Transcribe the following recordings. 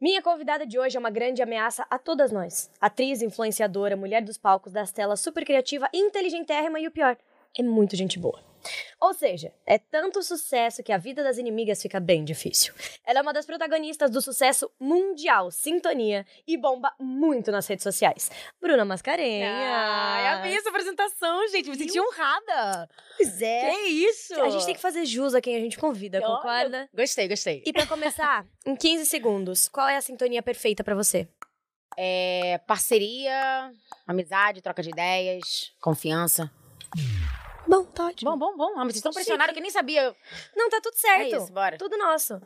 Minha convidada de hoje é uma grande ameaça a todas nós. Atriz, influenciadora, mulher dos palcos, das telas, super criativa, inteligentérrima e o pior, é muito gente boa. Ou seja, é tanto sucesso que a vida das inimigas fica bem difícil. Ela é uma das protagonistas do sucesso mundial Sintonia e bomba muito nas redes sociais. Bruna Mascarenhas. Ai, amei essa apresentação, gente. Me senti honrada. Pois é. Que isso? A gente tem que fazer jus a quem a gente convida, Olha. concorda? Gostei, gostei. E pra começar, em 15 segundos, qual é a sintonia perfeita pra você? É, parceria, amizade, troca de ideias, confiança. Bom, tá ótimo. Bom, bom, bom. Ah, mas vocês estão pressionados que eu nem sabia. Não, tá tudo É certo. isso, bora. Tudo nosso.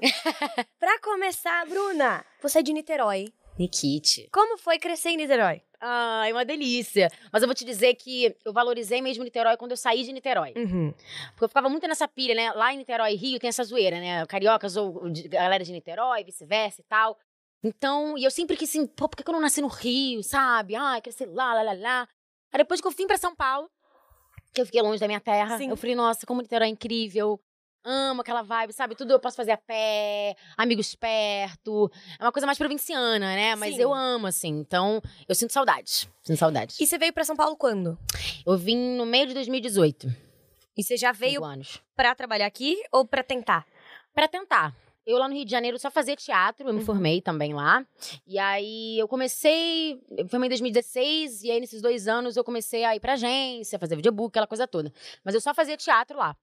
pra começar, Bruna, você é de Niterói. Nikit. Como foi crescer em Niterói? Ai, uma delícia. Mas eu vou te dizer que eu valorizei mesmo Niterói quando eu saí de Niterói. Uhum. Porque eu ficava muito nessa pilha, né? Lá em Niterói e Rio tem essa zoeira, né? Cariocas ou de- galera de Niterói, vice-versa e tal. Então, e eu sempre quis assim, pô, por que que eu não nasci no Rio, sabe? Ai, cresci lá, lá, lá, lá. Aí depois que eu vim pra São Paulo, que eu fiquei longe da minha terra, Sim. eu falei, nossa, como Niterói é incrível. Amo aquela vibe, sabe? Tudo eu posso fazer a pé, amigos perto. É uma coisa mais provinciana, né? Mas Sim. eu amo, assim. Então, eu sinto saudades. Sinto saudades. E você veio pra São Paulo quando? Eu vim no meio de 2018. E você já veio cinco anos. pra trabalhar aqui ou pra tentar? Pra tentar. Eu lá no Rio de Janeiro só fazia teatro, eu me formei também lá. E aí eu comecei, eu me formei em 2016, e aí nesses dois anos eu comecei a ir pra agência, fazer videobook, aquela coisa toda. Mas eu só fazia teatro lá.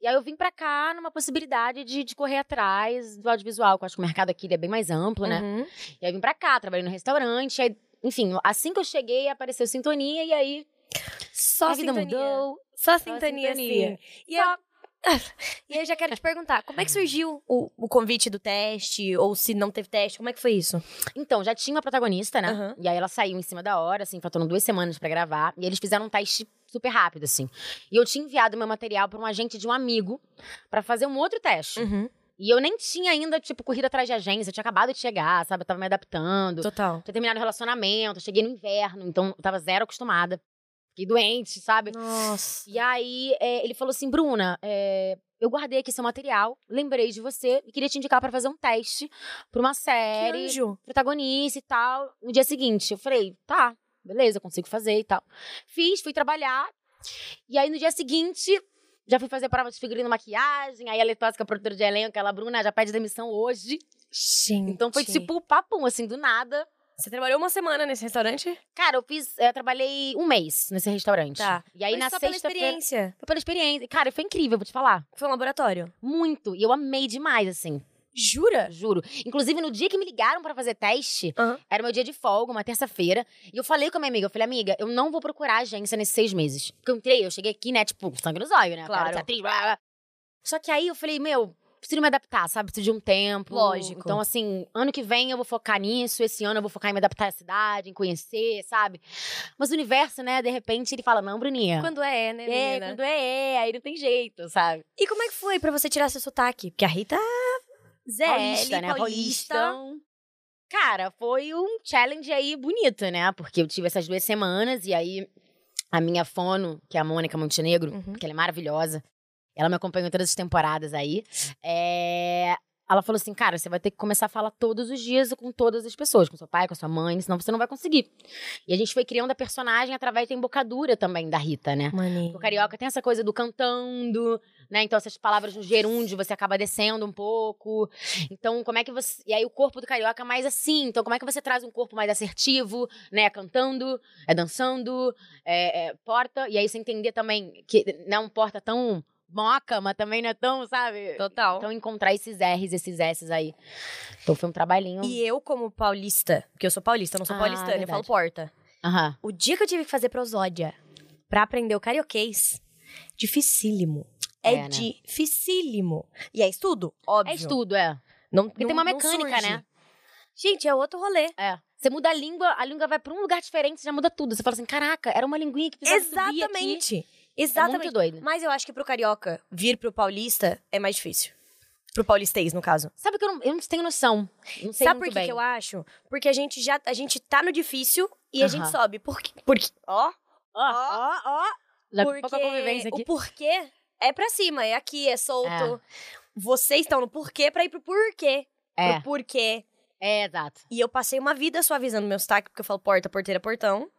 E aí eu vim pra cá numa possibilidade de, de correr atrás do audiovisual, que eu acho que o mercado aqui ele é bem mais amplo, né? Uhum. E aí eu vim pra cá, trabalhei no restaurante, aí, enfim, assim que eu cheguei apareceu Sintonia, e aí Só a vida sintonia. mudou. Só sintonia, sintonia. sim. E eu... e eu já quero te perguntar, como é que surgiu o, o convite do teste? Ou se não teve teste, como é que foi isso? Então, já tinha uma protagonista, né? Aham. E aí ela saiu em cima da hora, assim, faltando duas semanas pra gravar. E eles fizeram um teste super rápido, assim. E eu tinha enviado meu material pra um agente de um amigo pra fazer um outro teste. Uhum. E eu nem tinha ainda, tipo, corrido atrás de agência. Eu tinha acabado de chegar, sabe? Eu tava me adaptando. Total. Tinha terminado o relacionamento, eu cheguei no inverno, então eu tava zero acostumada. Fiquei doente, sabe? Nossa. E aí é, ele falou assim, Bruna, é, eu guardei aqui seu material, lembrei de você e queria te indicar pra fazer um teste pra uma Que série anjo. protagonista e tal. No dia seguinte, eu falei, tá, beleza, consigo fazer e tal. Fiz, fui trabalhar. E aí, no dia seguinte, já fui fazer prova de figurino e maquiagem. Aí, a Letósica, a produtora de elenco, ela, Bruna, já pede demissão hoje. Gente. Então, foi tipo papum, assim, do nada. Você trabalhou uma semana nesse restaurante? Cara, eu fiz, eu trabalhei um mês nesse restaurante. Tá. E aí, Foi na só pela sexta-feira... experiência. Foi pela experiência. Cara, foi incrível, vou te falar. Foi um laboratório. Muito. E eu amei demais, assim. Jura? Juro. Inclusive, no dia que me ligaram pra fazer teste, Aham. era meu dia de folga, uma terça-feira. E eu falei com a minha amiga, eu falei, amiga, eu não vou procurar agência nesses seis meses. Porque eu entrei, eu cheguei aqui, né, tipo, sangue nos olhos, né? eu Claro. quero ser atriz, blá, blá. Só que aí eu falei, meu, preciso me adaptar, sabe? Preciso de um tempo. Lógico. Então, assim, ano que vem eu vou focar nisso, esse ano eu vou focar em me adaptar à cidade, em conhecer, sabe? Mas o universo, né, de repente, ele fala, não, Bruninha. Quando é, é, né, é, menina? quando é, é, aí não tem jeito, sabe? E como é que foi pra você tirar seu sotaque? Porque a Rita... é Zé, paulista, né? Paulista. Cara, foi um challenge aí bonito, né? Porque eu tive essas duas semanas e aí a minha fono, que é a Mônica Montenegro, Uhum. que ela é maravilhosa, ela me acompanhou em todas as temporadas aí. é, Ela falou assim, cara, você vai ter que começar a falar todos os dias com todas as pessoas, com seu pai, com sua mãe, senão você não vai conseguir. E a gente foi criando a personagem através da embocadura também da Rita, né? Mani. O carioca tem essa coisa do cantando, né? Então essas palavras no gerúndio você acaba descendo um pouco. Então como é que você e aí o corpo do carioca é mais assim? Então como é que você traz um corpo mais assertivo, né? Cantando, é dançando, é, é porta e aí você entender também que não é um porta tão moca, mas também não é tão, sabe? Total. Então encontrar esses R's, esses S's aí. Então foi um trabalhinho. E eu, como paulista, porque eu sou paulista, eu não sou Ah, paulistana, eu falo verdade. porta. Aham. O dia que eu tive que fazer prosódia pra aprender o carioquês, dificílimo. É, É, né? dificílimo. E é estudo? Óbvio. É estudo, é. Não, Porque não- tem uma não mecânica, surge. né? Gente, é outro rolê. É. Você muda a língua, a língua vai pra um lugar diferente, você já muda tudo. Você fala assim, caraca, era uma linguinha que precisava subir aqui. Exatamente. É Exatamente. muito doido. Mas eu acho que pro carioca vir pro paulista é mais difícil. Pro paulistês, no caso. Sabe que eu não, eu não tenho noção. Não sei Sabe muito por que, bem. que eu acho? Porque a gente já a gente tá no difícil e a Aham. gente sobe. Por quê? Porque ó, ó, Ó, ó, já porque pouca convivência aqui. o porquê é pra cima, é aqui, é solto. Vocês estão no porquê pra ir pro porquê. É. Pro porquê. É, exato. E eu passei uma vida suavizando meu sotaque, porque eu falo porta, porteira, portão.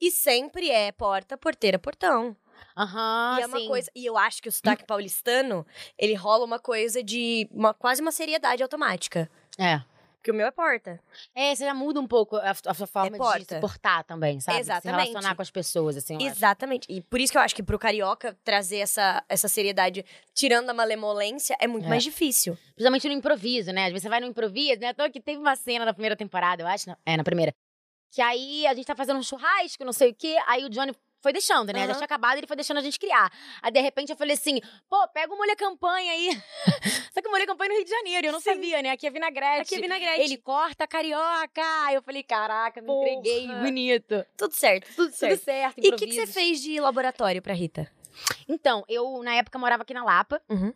E sempre é porta, porteira, portão. Aham, e é uma Ah, sim. Hum. coisa. E eu acho que o sotaque paulistano, ele rola uma coisa de. Uma, quase uma seriedade automática. É. Porque o meu é porta. É, você já muda um pouco a, a sua forma de É, porta. se portar também, sabe? De Se Exatamente. relacionar com as pessoas, assim. eu acho. Exatamente. E por isso que eu acho que pro carioca trazer essa, essa seriedade, tirando a malemolência, é muito É. mais difícil. Principalmente no improviso, né? Às vezes você vai no improviso, né? Então, que teve uma cena na primeira temporada, eu acho. na- É, na primeira. Que aí a gente tá fazendo um churrasco, não sei o quê. Aí o Johnny foi deixando, né? Já Aham. tinha acabado, ele foi deixando a gente criar. Aí, de repente, eu falei assim, pô, pega o molho à campanha aí. Só que o molho à campanha é no Rio de Janeiro, eu não sabia, né? Aqui é vinagrete. Aqui é vinagrete. Ele corta carioca. Aí eu falei, caraca, me Porra. entreguei, bonito. Tudo certo, tudo Tudo certo. certo, E o que, que improviso. você fez de laboratório pra Rita? Então, eu, na época, morava aqui na Lapa. Uhum.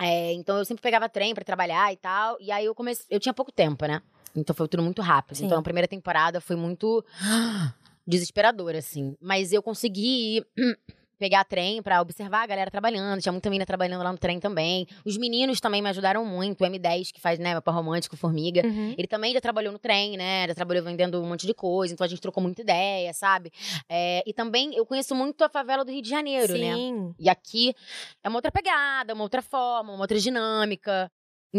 É, então eu sempre pegava trem pra trabalhar e tal. E aí eu comecei. Eu tinha pouco tempo, né? Então foi tudo muito rápido. Sim. Então a primeira temporada foi muito desesperadora, assim. Mas eu consegui ir, pegar trem pra observar a galera trabalhando. Tinha muita menina trabalhando lá no trem também. Os meninos também me ajudaram muito. O M10, que faz, né, mapa romântico, formiga. Uhum. Ele também já trabalhou no trem, né? Já trabalhou vendendo um monte de coisa, então a gente trocou muita ideia, sabe? É, e também eu conheço muito a favela do Rio de Janeiro, né? Sim. E aqui é uma outra pegada, uma outra forma, uma outra dinâmica.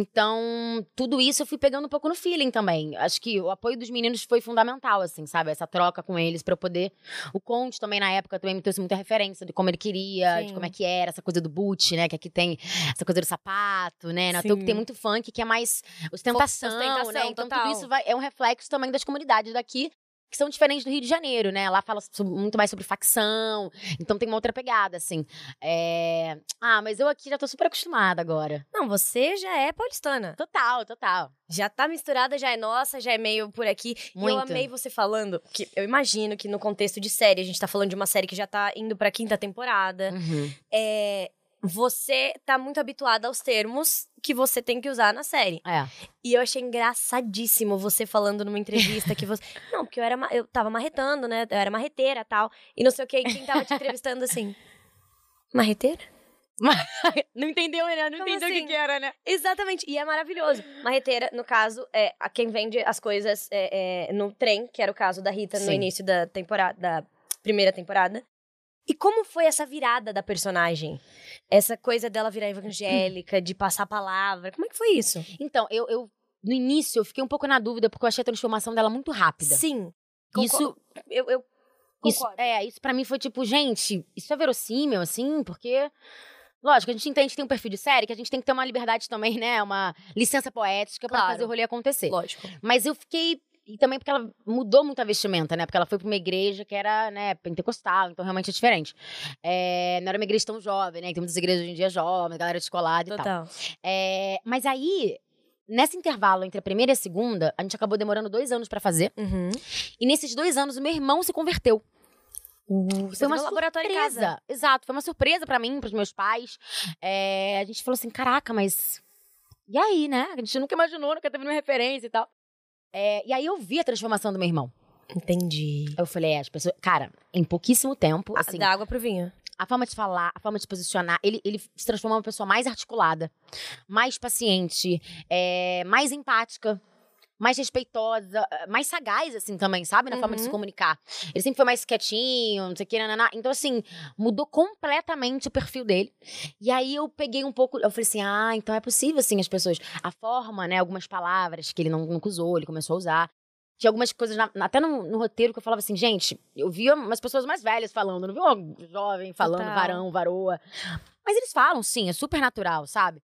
Então, tudo isso eu fui pegando um pouco no feeling também. Acho que o apoio dos meninos foi fundamental, assim, sabe? Essa troca com eles pra eu poder. O Conte também, na época, também me trouxe muita referência de como ele queria, de Sim. como é que era, essa coisa do boot, né? Que aqui tem essa coisa do sapato, né? Na Sim. tem muito funk que é mais ostentação, Ostentação, né? Então, total. tudo isso vai- é um reflexo também das comunidades daqui. Que são diferentes do Rio de Janeiro, né? Lá fala so- muito mais sobre facção, então tem uma outra pegada, assim. É, Ah, mas eu aqui já tô super acostumada agora. Não, você já é paulistana. Total, total. Já tá misturada, já é nossa, já é meio por aqui. E eu Muito. amei você falando, que eu imagino que no contexto de série, a gente tá falando de uma série que já tá indo pra quinta temporada. Uhum. É, você tá muito habituada aos termos que você tem que usar na série. É. E eu achei engraçadíssimo você falando numa entrevista que você. Não, porque eu era. ma- Eu tava marretando, né? Eu era marreteira tal. E não sei o que. Quem tava te entrevistando assim. Marreteira? Não entendeu, né? Como assim? era, né? Exatamente, e é maravilhoso. Marreteira, no caso, é a quem vende as coisas é, é, no trem, que era o caso da Rita no Sim. início da temporada, da primeira temporada. E como foi essa virada da personagem? Essa coisa dela virar evangélica, de passar a palavra. Como é que foi isso? Então, eu, eu- no início eu fiquei um pouco na dúvida porque eu achei a transformação dela muito rápida. Sim. Isso, Eu, eu isso concordo. é, isso para mim foi tipo, gente, isso é verossímil assim, porque Lógico, a gente entende que tem um perfil de série, que a gente tem que ter uma liberdade também, né? Uma licença poética pra Claro. fazer o rolê acontecer. Lógico. Mas eu fiquei. E também porque ela mudou muito a vestimenta, né? Porque ela foi pra uma igreja que era, né, pentecostal, então realmente é diferente. É, não era uma igreja tão jovem, né? que Tem muitas igrejas hoje em dia jovens, galera descolada e tal. Total. É, mas aí, nesse intervalo entre a primeira e a segunda, a gente acabou demorando dois anos pra fazer. Uhum. E nesses dois anos, o meu irmão se converteu. Você uma teve um laboratório em casa. Surpresa. Exato, foi uma surpresa pra mim, pros meus pais. É, a gente falou assim, caraca, mas e aí, né? A gente nunca imaginou, nunca teve nenhuma referência e tal. É, e aí eu vi a transformação do meu irmão. Entendi. Eu falei, é, as pessoas. Cara, em pouquíssimo tempo, assim, Ah, da água pro vinho. a forma de falar, a forma de posicionar, ele, ele se transformou em uma pessoa mais articulada, mais paciente, é, mais empática. Mais respeitosa, eh, mais sagaz, assim, também, sabe? Na forma de se Uhum. comunicar. Ele sempre foi mais quietinho, não sei o que, nananá. Então, assim, mudou completamente o perfil dele. E aí eu peguei um pouco. Eu falei assim: ah, então é possível, assim, as pessoas. A forma, né? Algumas palavras que ele não, nunca usou, ele começou a usar. Tinha algumas coisas, na- na- até no, no roteiro, que eu falava assim, gente, eu via umas pessoas mais velhas falando, não vi um jovem falando Total. varão, varoa. Mas eles falam, sim, é super natural, sabe?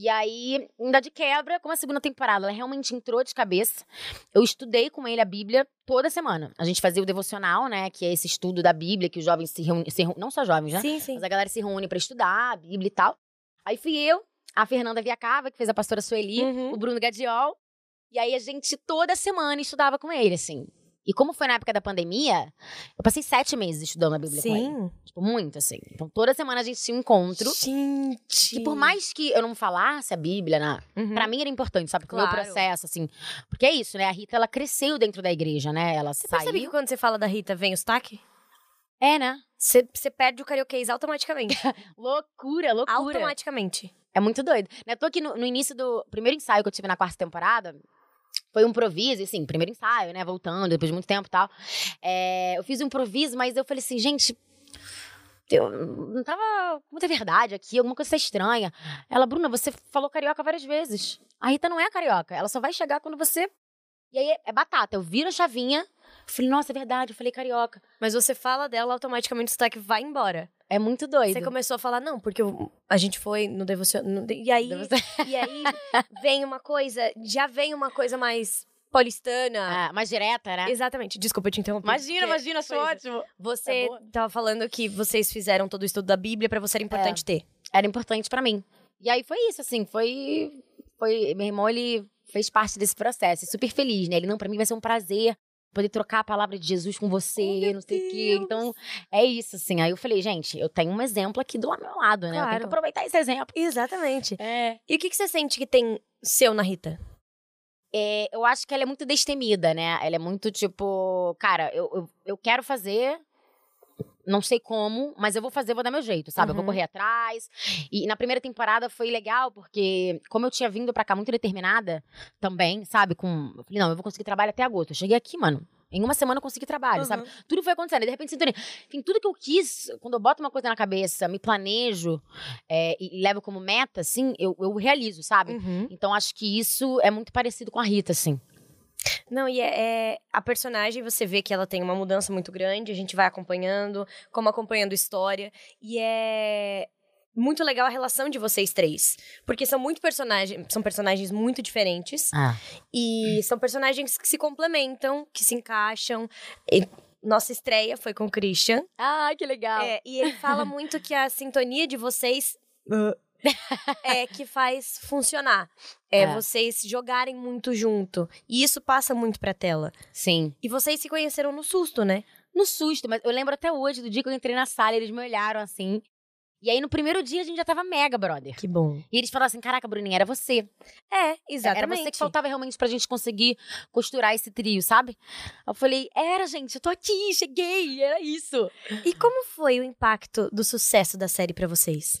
E aí, ainda de quebra, como a segunda temporada, ela realmente entrou de cabeça. Eu estudei com ele a Bíblia toda semana. A gente fazia o devocional, né? Que é esse estudo da Bíblia, que os jovens se reúnem, se reúnem- não só jovens, né? Sim, sim. Mas a galera se reúne pra estudar a Bíblia e tal. Aí fui eu, a Fernanda Viacava, que fez a pastora Sueli, Uhum. o Bruno Gadiol. E aí a gente toda semana estudava com ele, assim. E como foi na época da pandemia, eu passei sete meses estudando a Bíblia com ele. Sim. Tipo, muito, assim. Então toda semana a gente tinha um encontro. Gente. E por mais que eu não falasse a Bíblia, na, Uhum. pra mim era importante, sabe? Porque o meu Claro. processo, assim. Porque é isso, né? A Rita, ela cresceu dentro da igreja, né? Ela Você saiu. percebe que quando você fala da Rita, vem o sotaque? É, né? Você perde o carioquês automaticamente. Loucura, loucura. automaticamente. É muito doido. Né? Eu tô aqui no, no início do primeiro ensaio que eu tive na quarta temporada. Foi um improviso, assim, primeiro ensaio, né? Voltando, depois de muito tempo e tal. É, eu fiz um improviso, mas eu falei assim, gente. Eu não tava com muita verdade aqui, alguma coisa tá estranha. Ela, Bruna, você falou carioca várias vezes. A Rita não é carioca, ela só vai chegar quando você. E aí é batata, eu viro a chavinha, falei, nossa, é verdade, eu falei carioca. Mas você fala dela, automaticamente o sotaque vai embora. É muito doido. Você começou a falar, não, porque eu- a gente foi no devocional. E aí, Devocio- e aí vem uma coisa, já vem uma coisa mais paulistana. Ah, mais direta, É. né? Exatamente. Desculpa, eu te interromper. Imagina, Porque imagina, sou coisa. ótimo. Você É boa. tava falando que vocês fizeram todo o estudo da Bíblia, pra você era importante ter. era importante pra mim. E aí foi isso, assim, foi, foi. Meu irmão, ele fez parte desse processo, e super feliz, né? Ele, não, pra mim vai ser um prazer poder trocar a palavra de Jesus com você, meu não sei o quê. Então, é isso, assim. Aí eu falei, gente, eu tenho um exemplo aqui do meu lado, né? Eu tenho Claro. que aproveitar esse exemplo. Exatamente. É. E o que, que você sente que tem seu na Rita? É, eu acho que ela é muito destemida, né? Ela é muito tipo, cara, eu, eu, eu quero fazer. Não sei como, mas eu vou fazer, vou dar meu jeito, sabe? Eu vou Uhum. correr atrás. E na primeira temporada foi legal, porque como eu tinha vindo pra cá muito determinada também, sabe? Com, eu falei, não, eu vou conseguir trabalho até agosto. Eu cheguei aqui, mano. Em uma semana eu consegui trabalho, Uhum. sabe? Tudo foi acontecendo. E de repente, sintonia. Enfim, tudo que eu quis, quando eu boto uma coisa na cabeça, me planejo é, e, e levo como meta, assim, eu, eu realizo, Uhum. sabe? Então acho que isso é muito parecido com a Rita, assim. Não, e é, é- a personagem, você vê que ela tem uma mudança muito grande, a gente vai acompanhando, como acompanhando história, e é muito legal a relação de vocês três, porque são muito personagens, são personagens muito diferentes Ah. e são personagens que se complementam, que se encaixam. E nossa estreia foi com o Christian. Ah, que legal. É, e ele fala muito que a sintonia de vocês uh, é que faz funcionar. É, É. vocês jogarem muito junto. E isso passa muito pra tela. Sim. E vocês se conheceram no susto, né? No susto, mas eu lembro até hoje do dia que eu entrei na sala, eles me olharam assim. E aí no primeiro dia a gente já tava mega, brother. Que bom. E eles falaram assim: caraca, Bruninha, era você. É, Era exatamente. você que faltava realmente pra gente conseguir costurar esse trio, sabe? Eu falei: era, gente, eu tô aqui, cheguei, era isso. E como foi o impacto do sucesso da série pra vocês?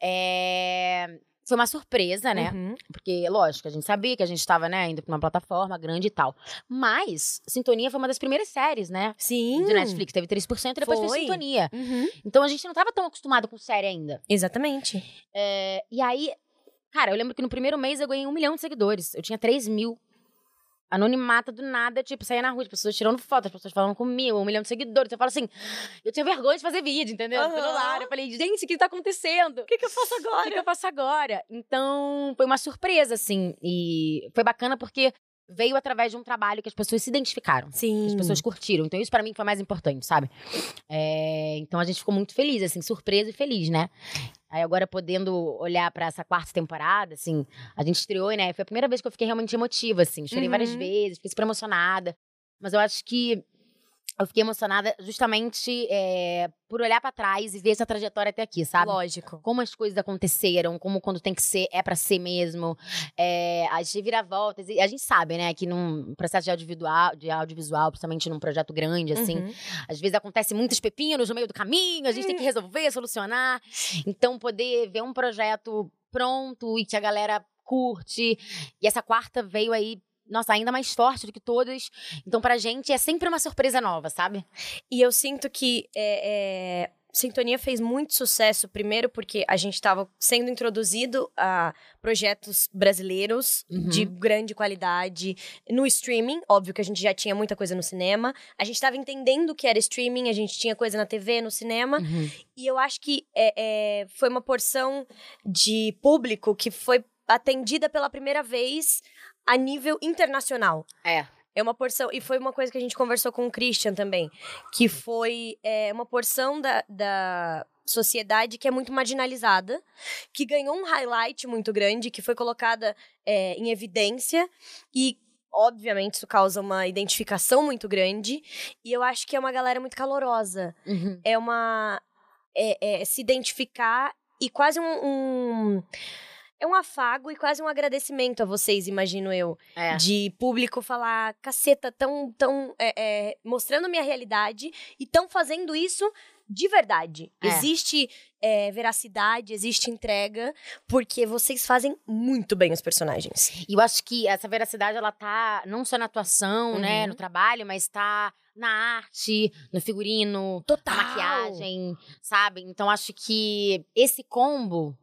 É. Foi uma surpresa, né? Uhum. Porque, lógico, a gente sabia que a gente tava, né, indo pra uma plataforma grande e tal. Mas, Sintonia foi uma das primeiras séries, né? Sim. De Netflix. Teve 3% e depois Foi. fez Sintonia. Uhum. Então a gente não tava tão acostumado com série ainda. Exatamente. É, e aí, cara, eu lembro que no primeiro mês eu ganhei um milhão de seguidores. Eu tinha 3 mil. Anonimata do nada, tipo, saía na rua, as pessoas tirando foto, as pessoas falando comigo, um milhão de seguidores. Eu falo assim, eu tinha vergonha de fazer vídeo, entendeu? No Aham. celular. Eu falei, gente, o que tá acontecendo? O que, eu faço O que, que eu faço agora? Então, foi uma surpresa, assim. E foi bacana porque veio através de um trabalho que as pessoas se identificaram. Sim. que As pessoas curtiram. Então, isso pra mim foi mais importante, sabe? É, então, a gente ficou muito feliz, assim, surpresa e feliz, né? Aí, agora, podendo olhar pra essa quarta temporada, assim, a gente estreou, né? Foi a primeira vez que eu fiquei realmente emotiva, assim. Chorei Uhum. várias vezes, fiquei super emocionada. Mas eu acho que eu fiquei emocionada justamente é, por olhar pra trás e ver essa trajetória até aqui, sabe? Lógico. como as coisas aconteceram, como quando tem que ser, é pra ser mesmo. É, as reviravoltas. E a gente sabe, né, que num processo de audiovisual, de audiovisual, principalmente num projeto grande, assim, Uhum. às vezes acontece muitos pepinos no meio do caminho, a gente tem que resolver, solucionar. Então, poder ver um projeto pronto e que a galera curte. E essa quarta veio aí. Nossa, ainda mais forte do que todas. Então, pra gente, é sempre uma surpresa nova, sabe? E eu sinto que é, é, Sintonia fez muito sucesso, primeiro porque a gente estava sendo introduzido a projetos brasileiros Uhum. de grande qualidade no streaming. Óbvio que a gente já tinha muita coisa no cinema. A gente estava entendendo o que era streaming, a gente tinha coisa na TV, no cinema. E eu acho que é, é, foi uma porção de público que foi atendida pela primeira vez a nível internacional. É. É uma porção. E foi uma coisa que a gente conversou com o Christian também. Que foi é, uma porção da, da sociedade que é muito marginalizada, que ganhou um highlight muito grande, que foi colocada é, em evidência. E, obviamente, isso causa uma identificação muito grande. E eu acho que é uma galera muito calorosa. Uhum. É uma. É, é se identificar e quase um. um- é é um afago e quase um agradecimento a vocês, imagino eu. É. De público falar, caceta, tão, tão é, é, mostrando minha realidade e tão fazendo isso de verdade. É. Existe é, veracidade, existe entrega, porque vocês fazem muito bem os personagens. E eu acho que essa veracidade, ela tá não só na atuação, né, Uhum. no trabalho, mas tá na arte, no figurino, Total. na maquiagem, sabe? Então acho que esse combo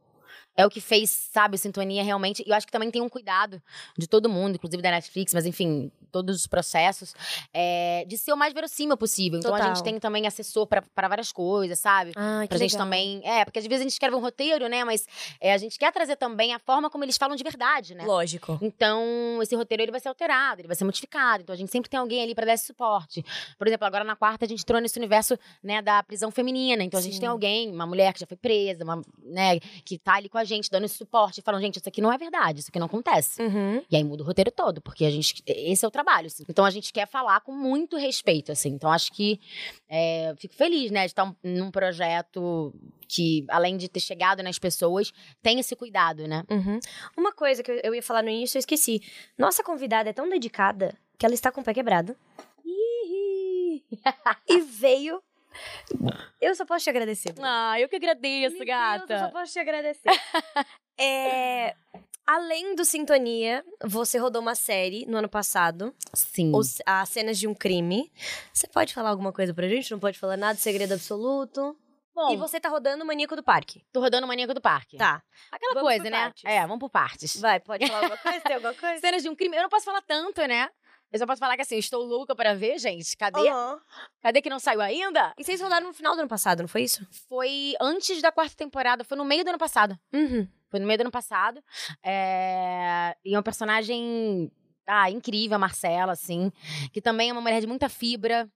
é o que fez, sabe, sintonia realmente. E eu acho que também tem um cuidado de todo mundo, inclusive da Netflix, mas enfim, todos os processos, é, de ser o mais verossímil possível. Então a Total. gente tem também assessor pra pra várias coisas, sabe? Ai, Ah, que Pra gente legal. também. É, porque às vezes a gente escreve um roteiro, né? Mas é, a gente quer trazer também a forma como eles falam de verdade, né? Lógico. Então, esse roteiro ele vai ser alterado, ele vai ser modificado. Então, a gente sempre tem alguém ali pra dar esse suporte. Por exemplo, agora na quarta a gente entrou nesse universo né, da prisão feminina. Então, a gente Sim. tem alguém, uma mulher que já foi presa, uma, né, que tá ali com a gente, dando esse suporte, falando, gente, isso aqui não é verdade, isso aqui não acontece. Uhum. E aí muda o roteiro todo, porque a gente. Esse é o trabalho. assim. Então a gente quer falar com muito respeito, assim. Então acho que é, fico feliz, né, de estar um- num projeto que, além de ter chegado nas pessoas, tem esse cuidado, né? Uhum. Uma coisa que eu- eu ia falar no início, eu esqueci. Nossa convidada é tão dedicada que ela está com o pé quebrado. Ih! e veio. Eu só posso te agradecer. Bruna. Ah, eu que agradeço, Meu Deus, eu só posso te agradecer. É, além do Sintonia, você rodou uma série no ano passado, Sim. os, as cenas de um crime. Você pode falar alguma coisa pra gente? Não pode falar nada, segredo absoluto. Bom, e você tá rodando o Maníaco do Parque. tô tá rodando o Maníaco do Parque. Tá. Aquela Vamos coisa, por né? partes. É, vamos por partes. Vai, pode falar alguma coisa? Tem alguma coisa? Cenas de um crime. Eu não posso falar tanto, né? Eu só posso falar que assim, eu estou louca pra ver, gente. Cadê? Aham. Cadê que não saiu ainda? E vocês rodaram no final do ano passado, não foi isso? Foi antes da quarta temporada, foi no meio do ano passado. Uhum. Foi no meio do ano passado. É... E é um personagem ah, incrível, a Marcela, assim. Que também é uma mulher de muita fibra.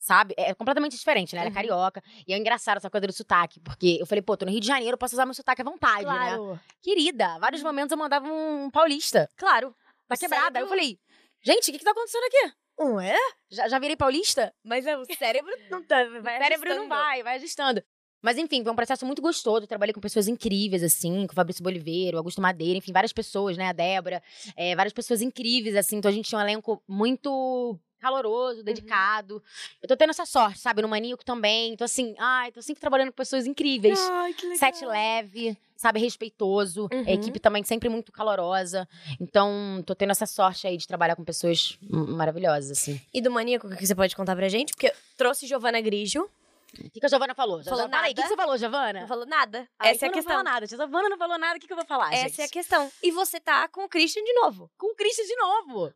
Sabe? É completamente diferente, né? Ela Uhum. é carioca. E é engraçado essa coisa do sotaque. Porque eu falei, pô, tô no Rio de Janeiro, eu posso usar meu sotaque à vontade, né? Querida, vários momentos eu mandava um paulista. Claro. Tá O quebrada. Aí cérebro- eu falei, gente, o que que tá acontecendo aqui? Ué? Já, já virei paulista? Mas é, o cérebro não tá. Vai o cérebro não vai, vai ajustando. Mas enfim, foi um processo muito gostoso. Eu trabalhei com pessoas incríveis, assim, com o Fabrício Boliveiro, o Augusto Madeira, enfim, várias pessoas, né? A Débora, é, várias pessoas incríveis, assim. Então a gente tinha um elenco muito caloroso, dedicado. Eu tô tendo essa sorte, sabe? No Maníaco também. Então, assim, ai, tô sempre trabalhando com pessoas incríveis. Ai, que legal. Sete leve, sabe, respeitoso. Uhum. A equipe também sempre muito calorosa. Então, tô tendo essa sorte aí de trabalhar com pessoas m- maravilhosas, assim. E do maníaco, o que você pode contar pra gente? Porque trouxe Giovana Grigio. O que, que a Giovana Hum. falou? Falou Giovana, aí, o que, nada. que você falou, Giovana? Não falou nada. Ah, Essa é então a não questão. falou nada. Tia Giovana não falou nada, o que, que eu vou falar, Essa gente? é a questão. E você tá com o Christian de novo. Com o Christian de novo.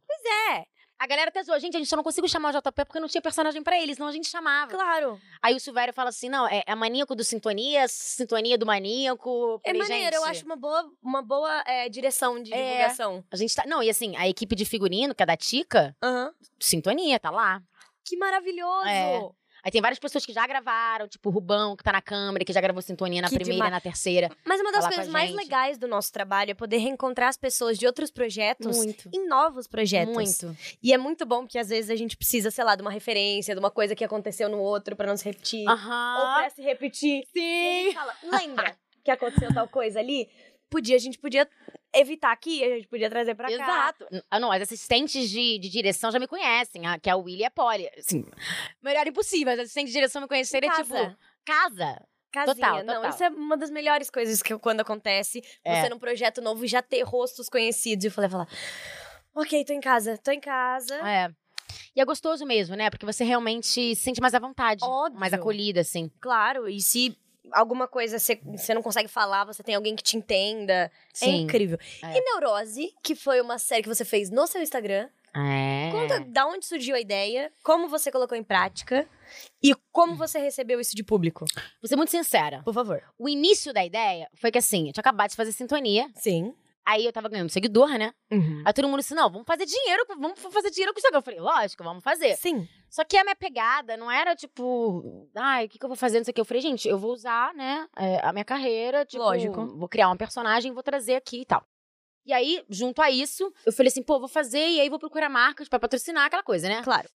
É, A galera até zoou. Gente, a gente só não conseguiu chamar o JP porque não tinha personagem pra ele, senão a gente chamava. claro. Aí o Silvério fala assim, não, é, é maníaco do Sintonia, Sintonia do maníaco. É Falei, maneiro, eu gente, acho uma boa, uma boa é, direção de É. divulgação. A gente tá... Não, e assim, a equipe de figurino, que é da Tica, Aham. Sintonia, tá lá. Que maravilhoso. É. Aí tem várias pessoas que já gravaram, tipo o Rubão, que tá na câmera, que já gravou Sintonia na Que primeira, e demais. na terceira. Mas uma das Falar com a coisas mais gente. legais do nosso trabalho é poder reencontrar as pessoas de outros projetos Muito. em novos projetos. Então, assim, Muito. E é muito bom porque às vezes a gente precisa, sei lá, de uma referência, de uma coisa que aconteceu no outro pra não se repetir. Ou Aham. pra se repetir. E a Sim. gente fala, lembra que aconteceu tal coisa ali? Podia, a gente podia evitar aqui, a gente podia trazer pra cá. Exato. Ah, não, as assistentes de, de direção já me conhecem, a- que é a Willy e a Polly. Assim, melhor impossível. As assistentes de direção me conhecerem, é tipo, Casa. casa. Casinha. Total, Não, total. isso é uma das melhores coisas que eu- quando acontece. É. Você num projeto novo e já ter rostos conhecidos. E eu falei, falar, ok, tô em casa, tô em casa. É. E é gostoso mesmo, né? Porque você realmente se sente mais à vontade. Óbvio. Mais acolhida, assim. Claro, e se alguma coisa você você não consegue falar, você tem alguém que te entenda. É Sim. incrível. É. E Neurose, que foi uma série que você fez no seu Instagram. É. Conta da onde surgiu a ideia, como você colocou em prática e como você recebeu isso de público. Vou ser muito sincera. Hum. Por favor. O início da ideia foi que, assim, eu tinha acabado de fazer sintonia. Sim. Aí eu tava ganhando seguidor, né? Uhum. Aí todo mundo disse, não, vamos fazer dinheiro, com- vamos fazer dinheiro com o Instagram. Eu falei, lógico, vamos fazer. Sim. Só que a minha pegada não era tipo, ai, o que, que eu vou fazer? Não sei o que. Eu falei, gente, eu vou usar, né, é, a minha carreira, tipo, Lógico. vou criar um personagem, vou trazer aqui e tal. E aí, junto a isso, eu falei assim, pô, vou fazer e aí vou procurar marcas pra patrocinar aquela coisa, né? Claro.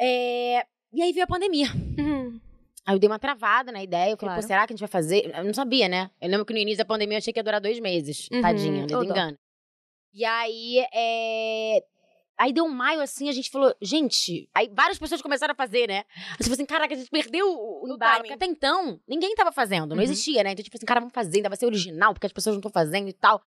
Uhum. É, E aí veio a pandemia. Aí eu dei uma travada na ideia. Eu falei, Claro. pô, será que a gente vai fazer? Eu não sabia, né? Eu lembro que no início da pandemia eu achei que ia durar dois meses. Uhum, Tadinha, ô dó. não engano. E aí, é... Aí deu um maio, assim, a gente falou, gente... Aí várias pessoas começaram a fazer, né? Aí você falou assim, caraca, a gente perdeu o, o O embalo. timing. Porque até então, ninguém tava fazendo, não Uhum. existia, né? Então, tipo assim, cara, vamos fazer, ainda vai ser original, porque as pessoas não estão fazendo e tal.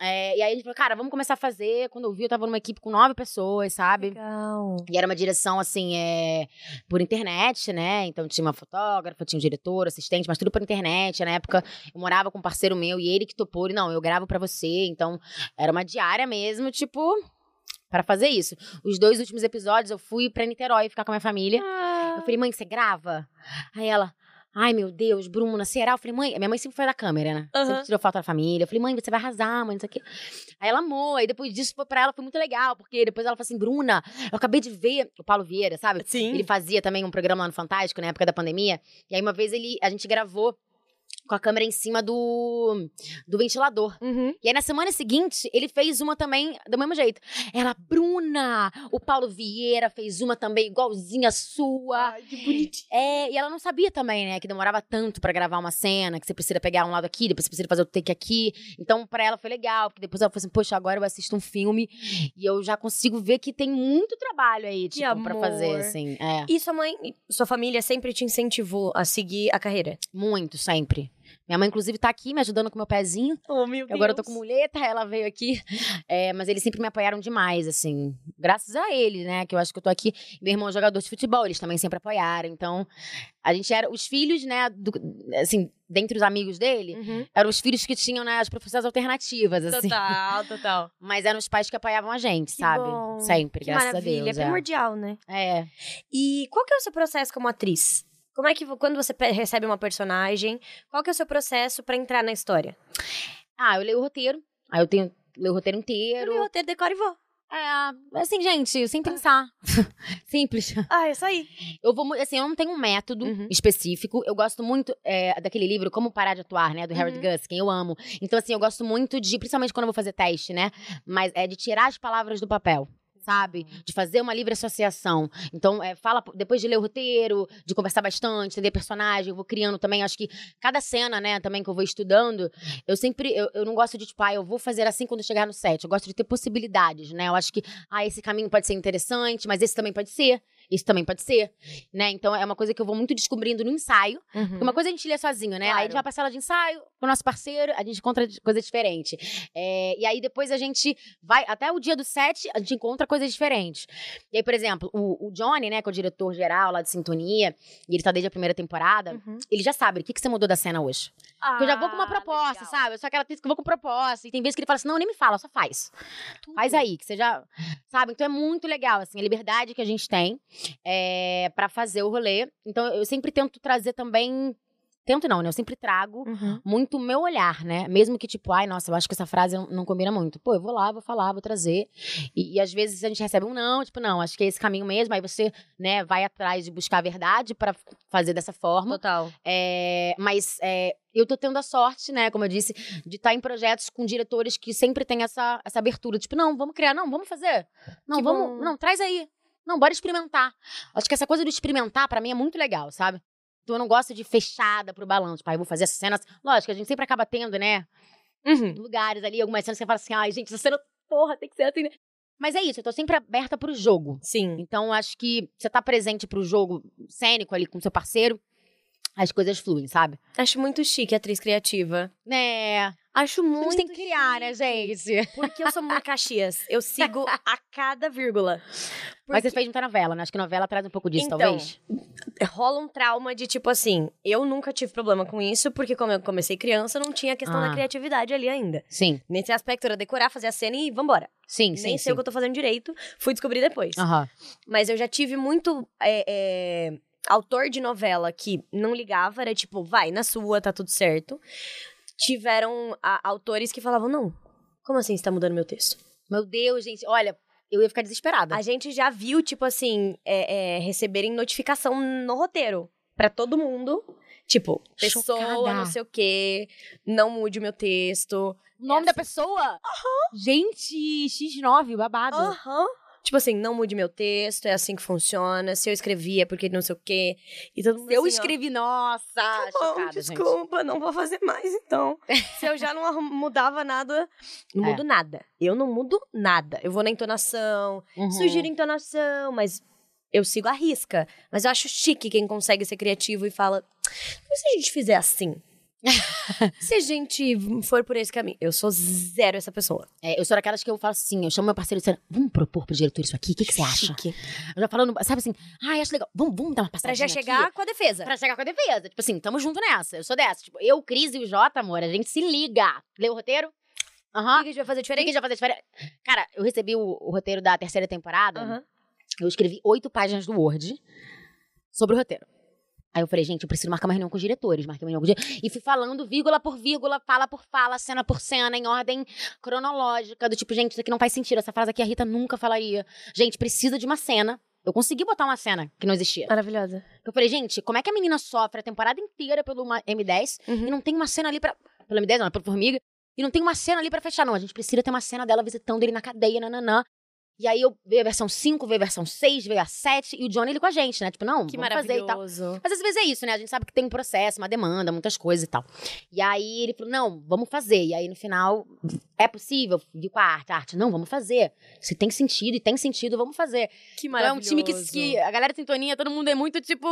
É, e aí a gente falou, cara, vamos começar a fazer. Quando eu vi, eu tava numa equipe com nove pessoas, sabe? Legal. E era uma direção, assim, é, por internet, né? Então tinha uma fotógrafa, tinha um diretor, assistente, mas tudo por internet. Na época eu morava com um parceiro meu e ele que topou, ele, não, eu gravo pra você. Então era uma diária mesmo, tipo, pra fazer isso. Os dois últimos episódios eu fui pra Niterói ficar com a minha família. Ah, Eu falei, mãe, você grava? Aí ela, ai meu Deus, Bruna, será? Eu falei, mãe, minha mãe sempre foi da câmera, né? Aham. Sempre tirou foto da família. Eu falei, mãe, você vai arrasar, mãe, não sei o quê. Aí ela amou, aí depois disso foi pra ela, foi muito legal, porque depois ela falou assim, Bruna, eu acabei de ver o Paulo Vieira, sabe? Sim. Ele fazia também um programa lá no Fantástico, na época da pandemia. E aí uma vez ele, a gente gravou com a câmera em cima do, do ventilador. Uhum. E aí, na semana seguinte, ele fez uma também do mesmo jeito. Ela, Bruna, o Paulo Vieira fez uma também igualzinha a sua. Ai, que bonitinho. É, e ela não sabia também, né, que demorava tanto pra gravar uma cena, que você precisa pegar um lado aqui, depois você precisa fazer o take aqui. Então, pra ela foi legal, porque depois ela falou assim: "Poxa, agora eu assisto um filme e eu já consigo ver que tem muito trabalho aí, Que tipo, para fazer amor. assim". É, E sua mãe, e sua família sempre te incentivou a seguir a carreira? muito sempre. Minha mãe inclusive tá aqui me ajudando com meu pezinho. Oh, meu Agora eu tô com muleta, ela veio aqui. É, mas eles sempre me apoiaram demais, assim. Graças a ele, né? Que eu acho que eu tô aqui. Meu irmão é jogador de futebol, eles também sempre apoiaram. Então, a gente era. Os filhos, né? do- assim, dentre os amigos dele, Uhum. eram os filhos que tinham né, as profissões alternativas, assim. Total, total. Mas eram os pais que apoiavam a gente, Que sabe? bom. Sempre, Que graças maravilha, é a Deus. primordial, né? É. é. E qual que é o seu processo como atriz? Como é que vo- quando você pe- recebe uma personagem, qual que é o seu processo pra entrar na história? Ah, eu leio o roteiro. Aí eu tenho. Leio o roteiro inteiro. Eu li o roteiro, decoro e vou. É, assim, gente, sem pensar. Simples. Ah, é isso aí. Eu vou, mu- assim, eu não tenho um método Uhum. específico. Eu gosto muito é, daquele livro Como Parar de Atuar, né? Do Harold Guskin, eu amo. Então, assim, eu gosto muito de, principalmente quando eu vou fazer teste, né? Mas é de tirar as palavras do papel. Sabe? De fazer uma livre associação. Então, é, fala, depois de ler o roteiro, de conversar bastante, entender personagem, eu vou criando também. Acho que cada cena, né, também que eu vou estudando, eu sempre. Eu, eu não gosto de, tipo, ah, eu vou fazer assim quando eu chegar no set. Eu gosto de ter possibilidades, né? Eu acho que, ah, esse caminho pode ser interessante, mas esse também pode ser. Isso também pode ser, né? Então é uma coisa que eu vou muito descobrindo no ensaio. Porque Uma coisa a gente lê sozinho, né? Aí a Claro. gente vai pra sala de ensaio, com o nosso parceiro, a gente encontra coisa diferente. É, e aí depois a gente vai, até o dia do set, a gente encontra coisas diferentes. E aí, por exemplo, o, o Johnny, né, que é o diretor geral lá de Sintonia, e ele tá desde a primeira temporada, Uhum. ele já sabe o que, que você mudou da cena hoje. Porque eu já vou com Ah, uma proposta, sabe? Eu sou aquela atriz que eu vou com proposta. E tem vezes que ele fala assim: não, nem me fala, só faz. Faz Uhum. aí, que você já. Sabe? Então é muito legal, assim, a liberdade que a gente tem é, para fazer o rolê. Então eu sempre tento trazer também. Tento não, né? Eu sempre trago muito o meu olhar, né? Mesmo que tipo, ai, nossa, eu acho que essa frase não, não combina muito. Pô, eu vou lá, vou falar, vou trazer. E, e às vezes a gente recebe um não, tipo, não, acho que é esse caminho mesmo. Aí você, né, vai atrás de buscar a verdade pra fazer dessa forma. Total. É, mas é, eu tô tendo a sorte, né, como eu disse, de estar em projetos com diretores que sempre têm essa, essa abertura. Tipo, não, vamos criar, não, vamos fazer. Não, Que vamos. bom. Não, traz aí. Não, bora experimentar. Acho que essa coisa do experimentar, pra mim, é muito legal, sabe? Então eu não gosto de fechada pro balanço. Pai, eu vou fazer essa cena. Lógico, a gente sempre acaba tendo, né? Uhum. Lugares ali, algumas cenas que você fala assim, ai, gente, essa cena, porra, tem que ser assim, né? Mas é isso, eu tô sempre aberta pro jogo. Sim. Então, acho que você tá presente pro jogo cênico ali com seu parceiro, as coisas fluem, sabe? Acho muito chique atriz criativa. Né? Acho A muito gente tem que criar, né, gente? Porque eu sou muito Caxias. Eu sigo a cada vírgula. Mas Porque você fez muita novela, né? Acho que novela traz um pouco disso, Então, talvez. rola um trauma de tipo assim, eu nunca tive problema com isso, porque como eu comecei criança, não tinha a questão Ah. da criatividade ali ainda. Sim, Nesse aspecto era decorar, fazer a cena e vambora. sim, sim. Nem sei sim. o que eu tô fazendo direito, fui descobrir depois. Aham. Mas eu já tive muito é, é, autor de novela que não ligava, era tipo, vai, na sua, tá tudo certo. Tiveram a- autores que falavam, não, como assim você tá mudando meu texto? Meu Deus, gente, olha, eu ia ficar desesperada. A gente já viu, tipo assim, é, é, receberem notificação no roteiro pra todo mundo. Tipo, pessoa, Chocada. não sei o quê, não mude o meu texto. o nome da pessoa? Gente, X9, babado. Aham. Tipo assim, não mude meu texto, é assim que funciona. Se eu escrevi é porque não sei o quê. E todo mundo Eu assim, ó, escrevi, nossa, Bom, chocada, gente. desculpa, não vou fazer mais então. Se eu já não arrum- mudava nada, não É. mudo nada. Eu não mudo nada. Eu vou na entonação, Uhum. sugiro entonação, mas eu sigo a risca. Mas eu acho chique quem consegue ser criativo e fala: mas se a gente fizer assim? se a gente for por esse caminho? Eu sou zero essa pessoa. É, eu sou daquelas que eu falo assim, eu chamo meu parceiro e disse, vamos propor pro diretor isso aqui, o que, que você acha? Chique. Eu já falando, sabe assim, ai, acho legal, vamos, vamos dar uma Pra passadinha já aqui. chegar com a defesa. Pra chegar com a defesa. Tipo assim, tamo junto nessa. Eu sou dessa. Tipo, eu, Cris e o Jota, amor, a gente se liga. Leu o roteiro? O Aham. que a gente vai fazer Tem diferente? que já fazer diferente. Cara, eu recebi o, o roteiro da terceira temporada. Aham. Eu escrevi oito páginas do Word sobre o roteiro. Aí eu falei, gente, eu preciso marcar uma reunião com os diretores. Marquei uma reunião com os diretores. E fui falando vírgula por vírgula, fala por fala, cena por cena, em ordem cronológica. Do tipo, gente, isso aqui não faz sentido. Essa frase aqui a Rita nunca falaria. Gente, precisa de uma cena. Eu consegui botar uma cena que não existia. Maravilhosa. Eu falei, gente, como é que a menina sofre a temporada inteira pelo uma- M10 Uhum. e não tem uma cena ali pra. Pelo M10, não, é pelo Formiga. E não tem uma cena ali pra fechar, não. A gente precisa ter uma cena dela visitando ele na cadeia, nananã. E aí eu veio a versão 5, veio a versão 6, veio a 7, e o Johnny ele com a gente, né? Tipo, não, Que vamos fazer e tal. maravilhoso. Mas às vezes é isso, né? A gente sabe que tem um processo, uma demanda, muitas coisas e tal. E aí ele falou, não, vamos fazer. E aí no final, é possível, vi com a arte, a arte, não, vamos fazer. Se tem sentido e tem sentido, vamos fazer. Que Então é um time que, maravilhoso. que a galera de sintonia, todo mundo é muito tipo,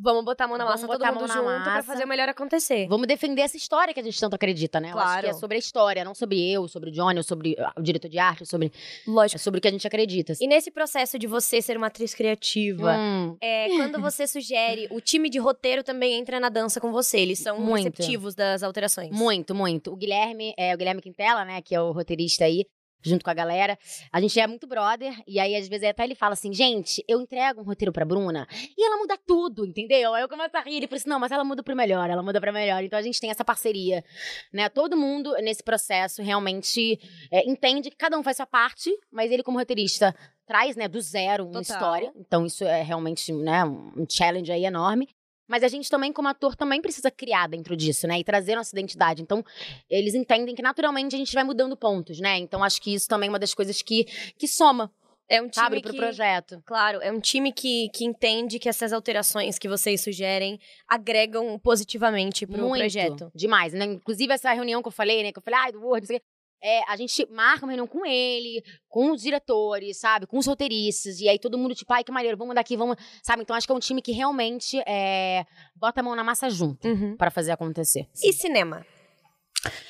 Vamos botar a mão na Vamos massa, todo botar a mundo mão na junto pra massa. fazer o melhor acontecer. Vamos defender essa história que a gente tanto acredita, né? Eu acho Claro. que é sobre a história, não sobre eu, sobre o Johnny, ou sobre ah, o diretor de arte, ou sobre, é Lógico. sobre o que a gente acredita. assim. E nesse processo de você ser uma atriz criativa, Hum, é, quando você sugere, o time de roteiro também entra na dança com você. Eles são Muito. receptivos das alterações. muito, muito. O Guilherme, é, o Guilherme Quintela, né, que é o roteirista aí, junto com a galera. A gente é muito brother, e aí às vezes até ele fala assim, gente, eu entrego um roteiro pra Bruna, e ela muda tudo, entendeu? Aí eu começo a rir, ele fala assim, não, mas ela muda pro melhor, ela muda pra melhor. Então a gente tem essa parceria, né? Todo mundo nesse processo realmente é, entende que cada um faz sua parte, mas ele como roteirista traz, né, do zero uma Total. história. Então isso é realmente, né, um challenge aí enorme. Mas a gente também, como ator, também precisa criar dentro disso, né? E trazer nossa identidade. Então, eles entendem que naturalmente a gente vai mudando pontos, né? Então, acho que isso também é uma das coisas que, que soma, É um time sabe, pro que... projeto. Claro, é um time que, que entende que essas alterações que vocês sugerem agregam positivamente pro Muito. projeto. Demais, né? Inclusive, essa reunião que eu falei, né? Que eu falei, ai, do Word, não sei o quê. É, a gente marca uma reunião com ele, com os diretores, sabe? Com os roteiristas. E aí todo mundo, tipo, ai, que maneiro, vamos daqui, vamos... Sabe? Então, acho que é um time que realmente é, bota a mão na massa junto Uhum. pra fazer acontecer. E cinema?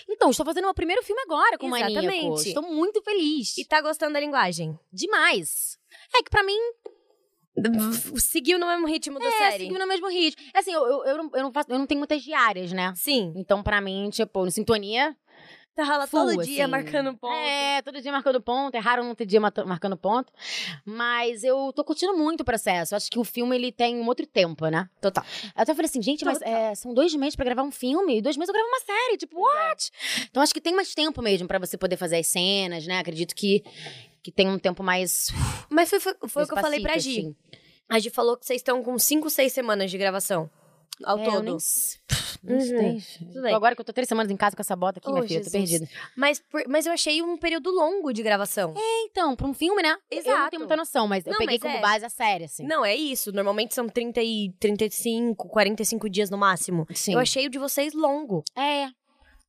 Então, estou fazendo meu primeiro filme agora com o Maníaco. Exatamente. Estou muito feliz. E tá gostando da linguagem? Demais. É que pra mim, Seguiu no mesmo ritmo da é, série? seguiu no mesmo ritmo. Assim, eu, eu, eu não, eu, não faço, eu não tenho muitas diárias, né? Sim. Então, pra mim, tipo, no Sintonia... Tá rala Full, todo dia assim. marcando ponto. É, todo dia marcando ponto. É raro não ter dia mato- marcando ponto. Mas eu tô curtindo muito o processo. Acho que o filme, ele tem um outro tempo, né? Total. Eu até falei assim, gente, mas Total. é, são dois meses pra gravar um filme. E dois meses eu gravo uma série. Tipo, what? Então, acho que tem mais tempo mesmo pra você poder fazer as cenas, né? Acredito que... Que tem um tempo mais. assim. Mas foi, foi, foi o que eu falei pra Gi. Gi. A Gi falou que vocês estão com 5, 6 semanas de gravação. Ao É, eu todo. nem s- não Uhum. sei. Tudo bem. Agora que eu tô três semanas em casa com essa bota aqui, Oh, minha filha, eu tô Jesus. perdida. Mas, por- mas eu achei um período longo de gravação. Então, pra um filme, né? Eu não Exato. tenho muita noção, mas eu Não, peguei mas como é. base a série, assim. Não, é isso. Normalmente são 30 e 35, 45 dias no máximo. Sim. Eu achei o de vocês longo. É.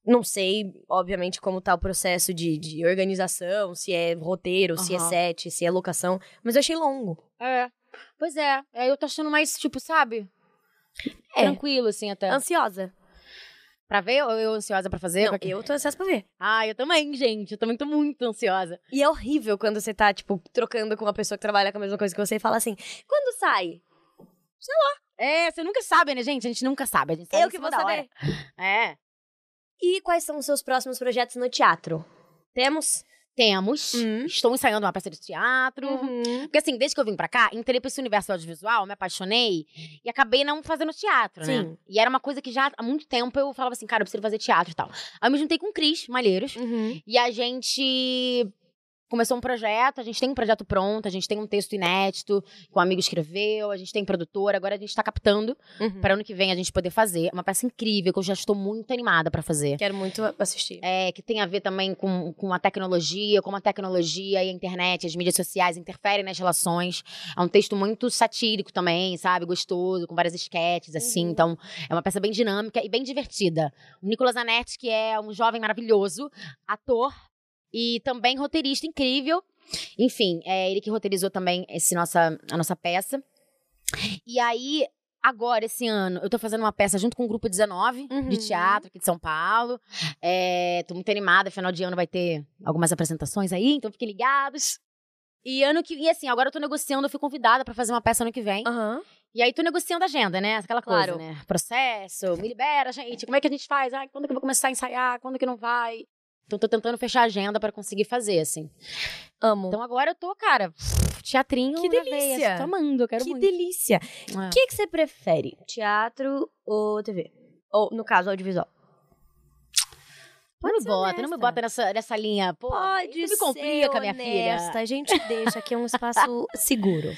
Não sei, obviamente, como tá o processo de, de organização, se é roteiro, se é Aham. set, se é locação, mas eu achei longo. É. Pois é. Aí eu tô achando mais, tipo, sabe? É. Tranquilo, assim, até. Ansiosa. Pra ver ou eu ansiosa pra fazer? Não, Pra- eu tô ansiosa pra ver. Ah, eu também, gente. Eu também tô muito ansiosa. E é horrível quando você tá, tipo, trocando com uma pessoa que trabalha com a mesma coisa que você e fala assim: quando sai? É, você nunca sabe, né, gente? A gente nunca sabe. A gente sabe eu em É que cima vou da saber. hora. É. E quais são os seus próximos projetos no teatro? Temos? Temos. Uhum. Estou ensaiando uma peça de teatro. Porque assim, desde que eu vim pra cá, entrei pra esse universo audiovisual, me apaixonei e acabei não fazendo teatro, né? Sim. E era uma coisa que já há muito tempo eu falava assim, Uhum. cara, eu preciso fazer teatro e tal. Aí eu me juntei com o Cris Malheiros Uhum. e a gente começou um projeto, a gente tem um projeto pronto, a gente tem um texto inédito que um amigo escreveu, a gente tem produtor, agora a gente tá captando Uhum. para ano que vem a gente poder fazer. É uma peça incrível que eu já estou muito animada para fazer. Quero muito assistir. É, que tem a ver também com, com a tecnologia, como a tecnologia e a internet, as mídias sociais interferem nas relações. É um texto muito satírico também, sabe? Gostoso, com várias esquetes, assim. Uhum. Então, é uma peça bem dinâmica e bem divertida. O Nicolas Anetti, que é um jovem maravilhoso, ator e também roteirista incrível. Enfim, é ele que roteirizou também esse nossa, a nossa peça. E aí, agora, esse ano, eu tô fazendo uma peça junto com o Grupo 19 Uhum. de teatro aqui de São Paulo. É, tô muito animada, final de ano vai ter algumas apresentações aí, então fiquem ligados. E ano que. E assim, agora eu tô negociando, eu fui convidada pra fazer uma peça ano que vem. Aham. E aí tô negociando a agenda, né? Aquela coisa, Ah. Claro. né? Processo, me libera, gente. Como é que a gente faz? Ai, quando que eu vou começar a ensaiar? Quando que não vai? Então tô tentando fechar a agenda pra conseguir fazer, assim. Amo. Então agora eu tô, cara, teatrinho. Que na delícia! veia, assim, Tô amando, eu quero que muito. delícia. O É. que, que você prefere? Teatro ou TV? Ou, no caso, audiovisual. Não Pode me ser bota, não me honesta. bota nessa, nessa linha. Pô, Pode isso me complica, minha filha. A gente deixa aqui um espaço seguro.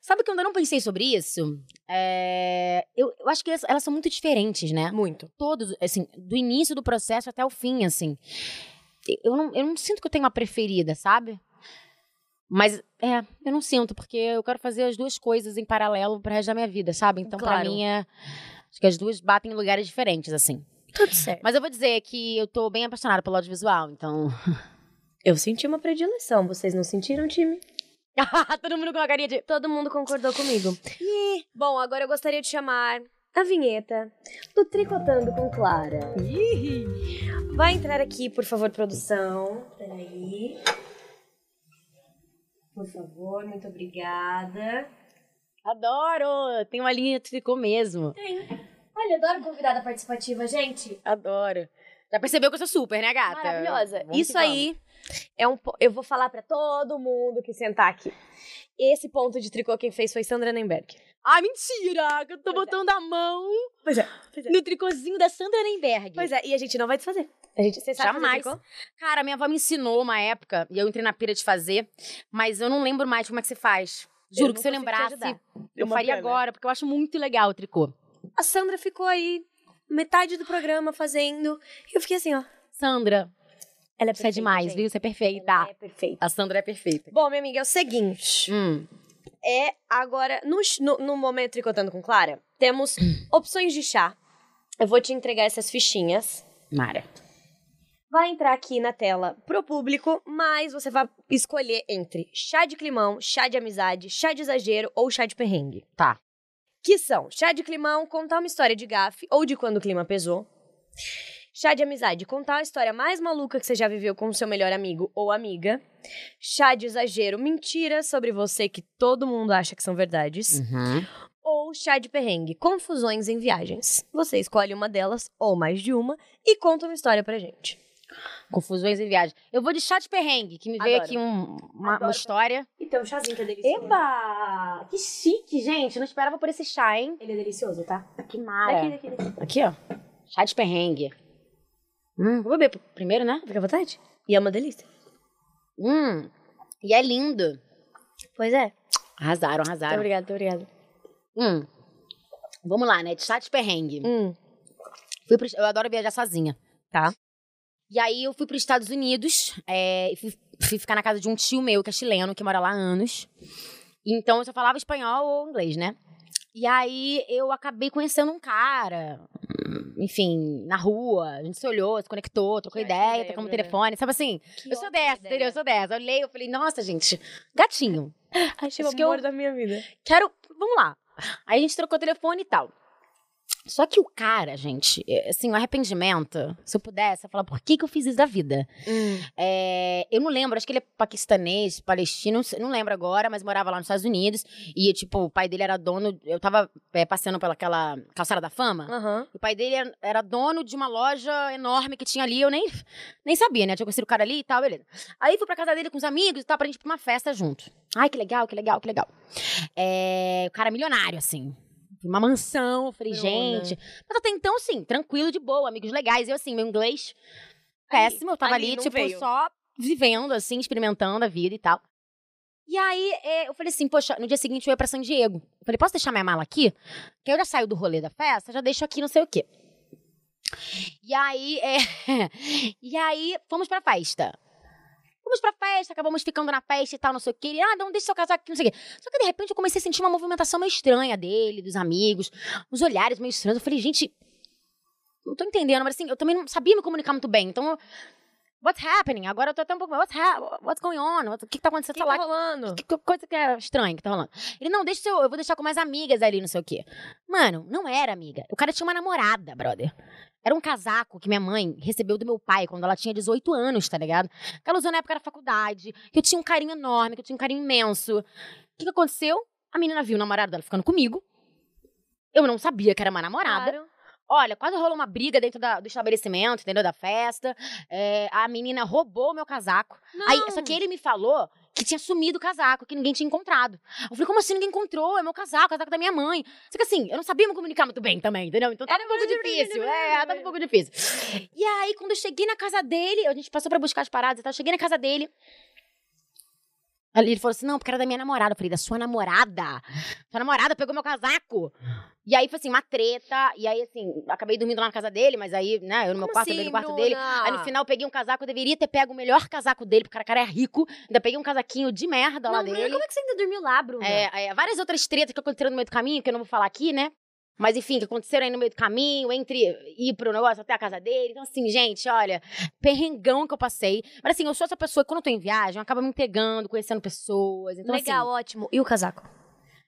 Sabe que eu ainda não pensei sobre isso? É, Eu, eu acho que elas, elas são muito diferentes, né? Muito. Todos, assim, do início do processo até o fim, assim. Eu não, eu não sinto que eu tenho uma preferida, sabe? Mas, é, eu não sinto, porque eu quero fazer as duas coisas em paralelo pro resto da minha vida, sabe? Então, Claro. pra mim, é... Acho que as duas batem em lugares diferentes, assim. Tudo certo. Mas eu vou dizer que eu tô bem apaixonada pelo audiovisual, então... Eu senti uma predileção. Vocês não sentiram, time? Todo mundo com a carinha de... Todo mundo concordou comigo. Bom, agora eu gostaria de chamar a vinheta do Tricotando com Clara. Vai entrar aqui, por favor, produção. Peraí. Por favor, muito obrigada. Adoro! Tem uma linha de tricô mesmo. Olha, adoro convidada participativa, gente. Adoro. Já percebeu que eu sou super, né, gata? Maravilhosa. Vamos que Isso aí é um. po- Eu vou falar pra todo mundo que sentar aqui. Esse ponto de tricô quem fez foi Sandra Nemberg. vamos. Ai, Ah, mentira! Que eu tô botando a mão é. Pois é. Pois no tricôzinho da Sandra Nemberg. Pois é, e a gente não vai desfazer. A gente, você sabe fazer Jamais. tricô? Cara, minha avó me ensinou uma época, e eu entrei na pira de fazer, mas eu não lembro mais como é que se faz. Juro não que se consigo eu te lembrasse, ajudar. eu né? Uma faria pena. agora, porque eu acho muito legal o tricô. A Sandra ficou aí metade do programa fazendo. E eu fiquei assim, ó. Sandra, Ela é você é perfeita, demais, gente. viu? Você é perfeita. Ela é perfeita. A Sandra é perfeita. Bom, minha amiga, é o seguinte. Hum. É agora, no, ch- no, no momento tricotando com Clara, temos opções de chá. Eu vou te entregar essas fichinhas. Mara. Vai entrar aqui na tela pro público, mas você vai escolher entre chá de climão, chá de amizade, chá de exagero ou chá de perrengue. Tá. Que são chá de climão, contar uma história de gafe ou de quando o clima pesou. Chá de amizade, contar a história mais maluca que você já viveu com o seu melhor amigo ou amiga. Chá de exagero, mentiras sobre você que todo mundo acha que são verdades. Uhum. Ou chá de perrengue, confusões em viagens. Você escolhe uma delas, ou mais de uma, e conta uma história pra gente. Confusões em viagem. Eu vou de chat perrengue, que me veio Adoro. aqui um- uma, uma Adoro. história. Então, o chazinho que é delicioso. Eba! Que chique, gente. Eu não esperava por esse chá, hein? Ele é delicioso, tá? Ah, Que mara. Aqui, daqui, daqui. ó. Chá de perrengue. Hum, vou beber primeiro, né? Fica à vontade? E é uma delícia. Hum. E é lindo. Pois é. Arrasaram, Muito arrasaram. obrigada, muito obrigada. Hum. Vamos lá, né? De chá de perrengue. Hum. Fui pro- Eu adoro viajar sozinha. Tá. E aí eu fui para os Estados Unidos é, e fui, fui ficar na casa de um tio meu, que é chileno, que mora lá há anos. Então eu só falava espanhol ou inglês, né? E aí eu acabei conhecendo um cara, enfim, na rua. A gente se olhou, se conectou, trocou Já te ideia, lembro, trocamos né? telefone. Sabe assim? eu sou ótima dessa, ideia. entendeu? Eu sou dessa. Eu olhei, eu falei, nossa, gente, gatinho. Achei o amor da minha vida. Quero. Vamos lá. Aí a gente trocou telefone e tal. Só que o cara, gente, é, assim, o arrependimento, se eu pudesse, eu ia falar, por que, que eu fiz isso da vida? Hum. É, eu não lembro, acho que ele é paquistanês, palestino, não sei- não lembro agora, mas morava lá nos Estados Unidos. E, tipo, o pai dele era dono. Eu tava é, passeando pela aquela calçada da fama. Aham. O pai dele era- era dono de uma loja enorme que tinha ali, eu nem, nem sabia, né? Tinha conhecido o cara ali e tal, beleza. Aí fui pra casa dele com os amigos e tal, pra gente ir pra uma festa junto. Ai, que legal, que legal, que legal. É, o cara milionário, assim. Uma mansão, eu falei, Bruna. gente. Mas até então, sim, tranquilo, de boa, amigos legais. Eu, assim, meu inglês assim, péssimo, eu tava ali, ali, não tipo, veio. só vivendo, assim, experimentando a vida e tal. E aí, é, eu falei assim, poxa, no dia seguinte eu ia pra San Diego. Eu falei, posso deixar minha mala aqui? Porque eu já saio do rolê da festa, já deixo aqui não sei o quê. E aí, é, e aí fomos pra festa. Fomos pra festa, acabamos ficando na festa e tal, não sei o quê. Ele, ah, não, deixa seu casaco aqui, não sei o quê. Só que de repente eu comecei a sentir uma movimentação meio estranha dele, dos amigos, uns olhares meio estranhos. Eu falei, gente, não tô entendendo, mas assim, eu também não sabia me comunicar muito bem. Então, eu- what's happening? Agora eu tô até um pouco, what's, hap what's going on? What- O que que tá acontecendo? que tá Sei lá, rolando? que, que coisa que é estranha que tá rolando. Ele, não, deixa eu, eu vou deixar com mais amigas ali, não sei o quê. Mano, não era amiga. O cara tinha uma namorada, brother. Era um casaco que minha mãe recebeu do meu pai quando ela tinha 18 anos, tá ligado? Que ela usou na época da faculdade, que eu tinha um carinho enorme, que eu tinha um carinho imenso. O que, que aconteceu? A menina viu o namorado dela ficando comigo. Eu não sabia que era uma tá namorada. Claro. Olha, quase rolou uma briga dentro da- do estabelecimento, entendeu? Da festa. É, a menina roubou o meu casaco. Não. Aí, só que ele me falou que tinha sumido o casaco, que ninguém tinha encontrado. Eu falei, como assim ninguém encontrou? É meu casaco, o casaco da minha mãe. Só que assim, eu não sabia me comunicar muito bem também, entendeu? Então tava Era um pouco difícil. É, tava um pouco difícil. E aí, quando eu cheguei na casa dele, a gente passou pra buscar as paradas e tal, eu cheguei na casa dele. Ali ele falou assim: não, porque era da minha namorada. Eu falei, da sua namorada? Sua namorada pegou meu casaco. E aí foi assim, uma treta. E aí, assim, acabei dormindo lá na casa dele, mas aí, né, eu no meu Como quarto, assim, ele no quarto Bruna? dele. Aí Ah. no final eu peguei um casaco, eu deveria ter pego o melhor casaco dele, porque o cara é rico. Ainda peguei um casaquinho de merda lá Não, Bruna, dele. como é que você ainda dormiu lá, Bruna? É, é, várias outras tretas que aconteceram no meio do caminho, que eu não vou falar aqui, né? Mas enfim, que aconteceram aí no meio do caminho, entre ir pro negócio até a casa dele. Então, assim, gente, olha, perrengão que eu passei. Mas assim, eu sou essa pessoa que quando eu tô em viagem, acaba me pegando, conhecendo pessoas. Então, Legal, assim, ótimo. E o casaco?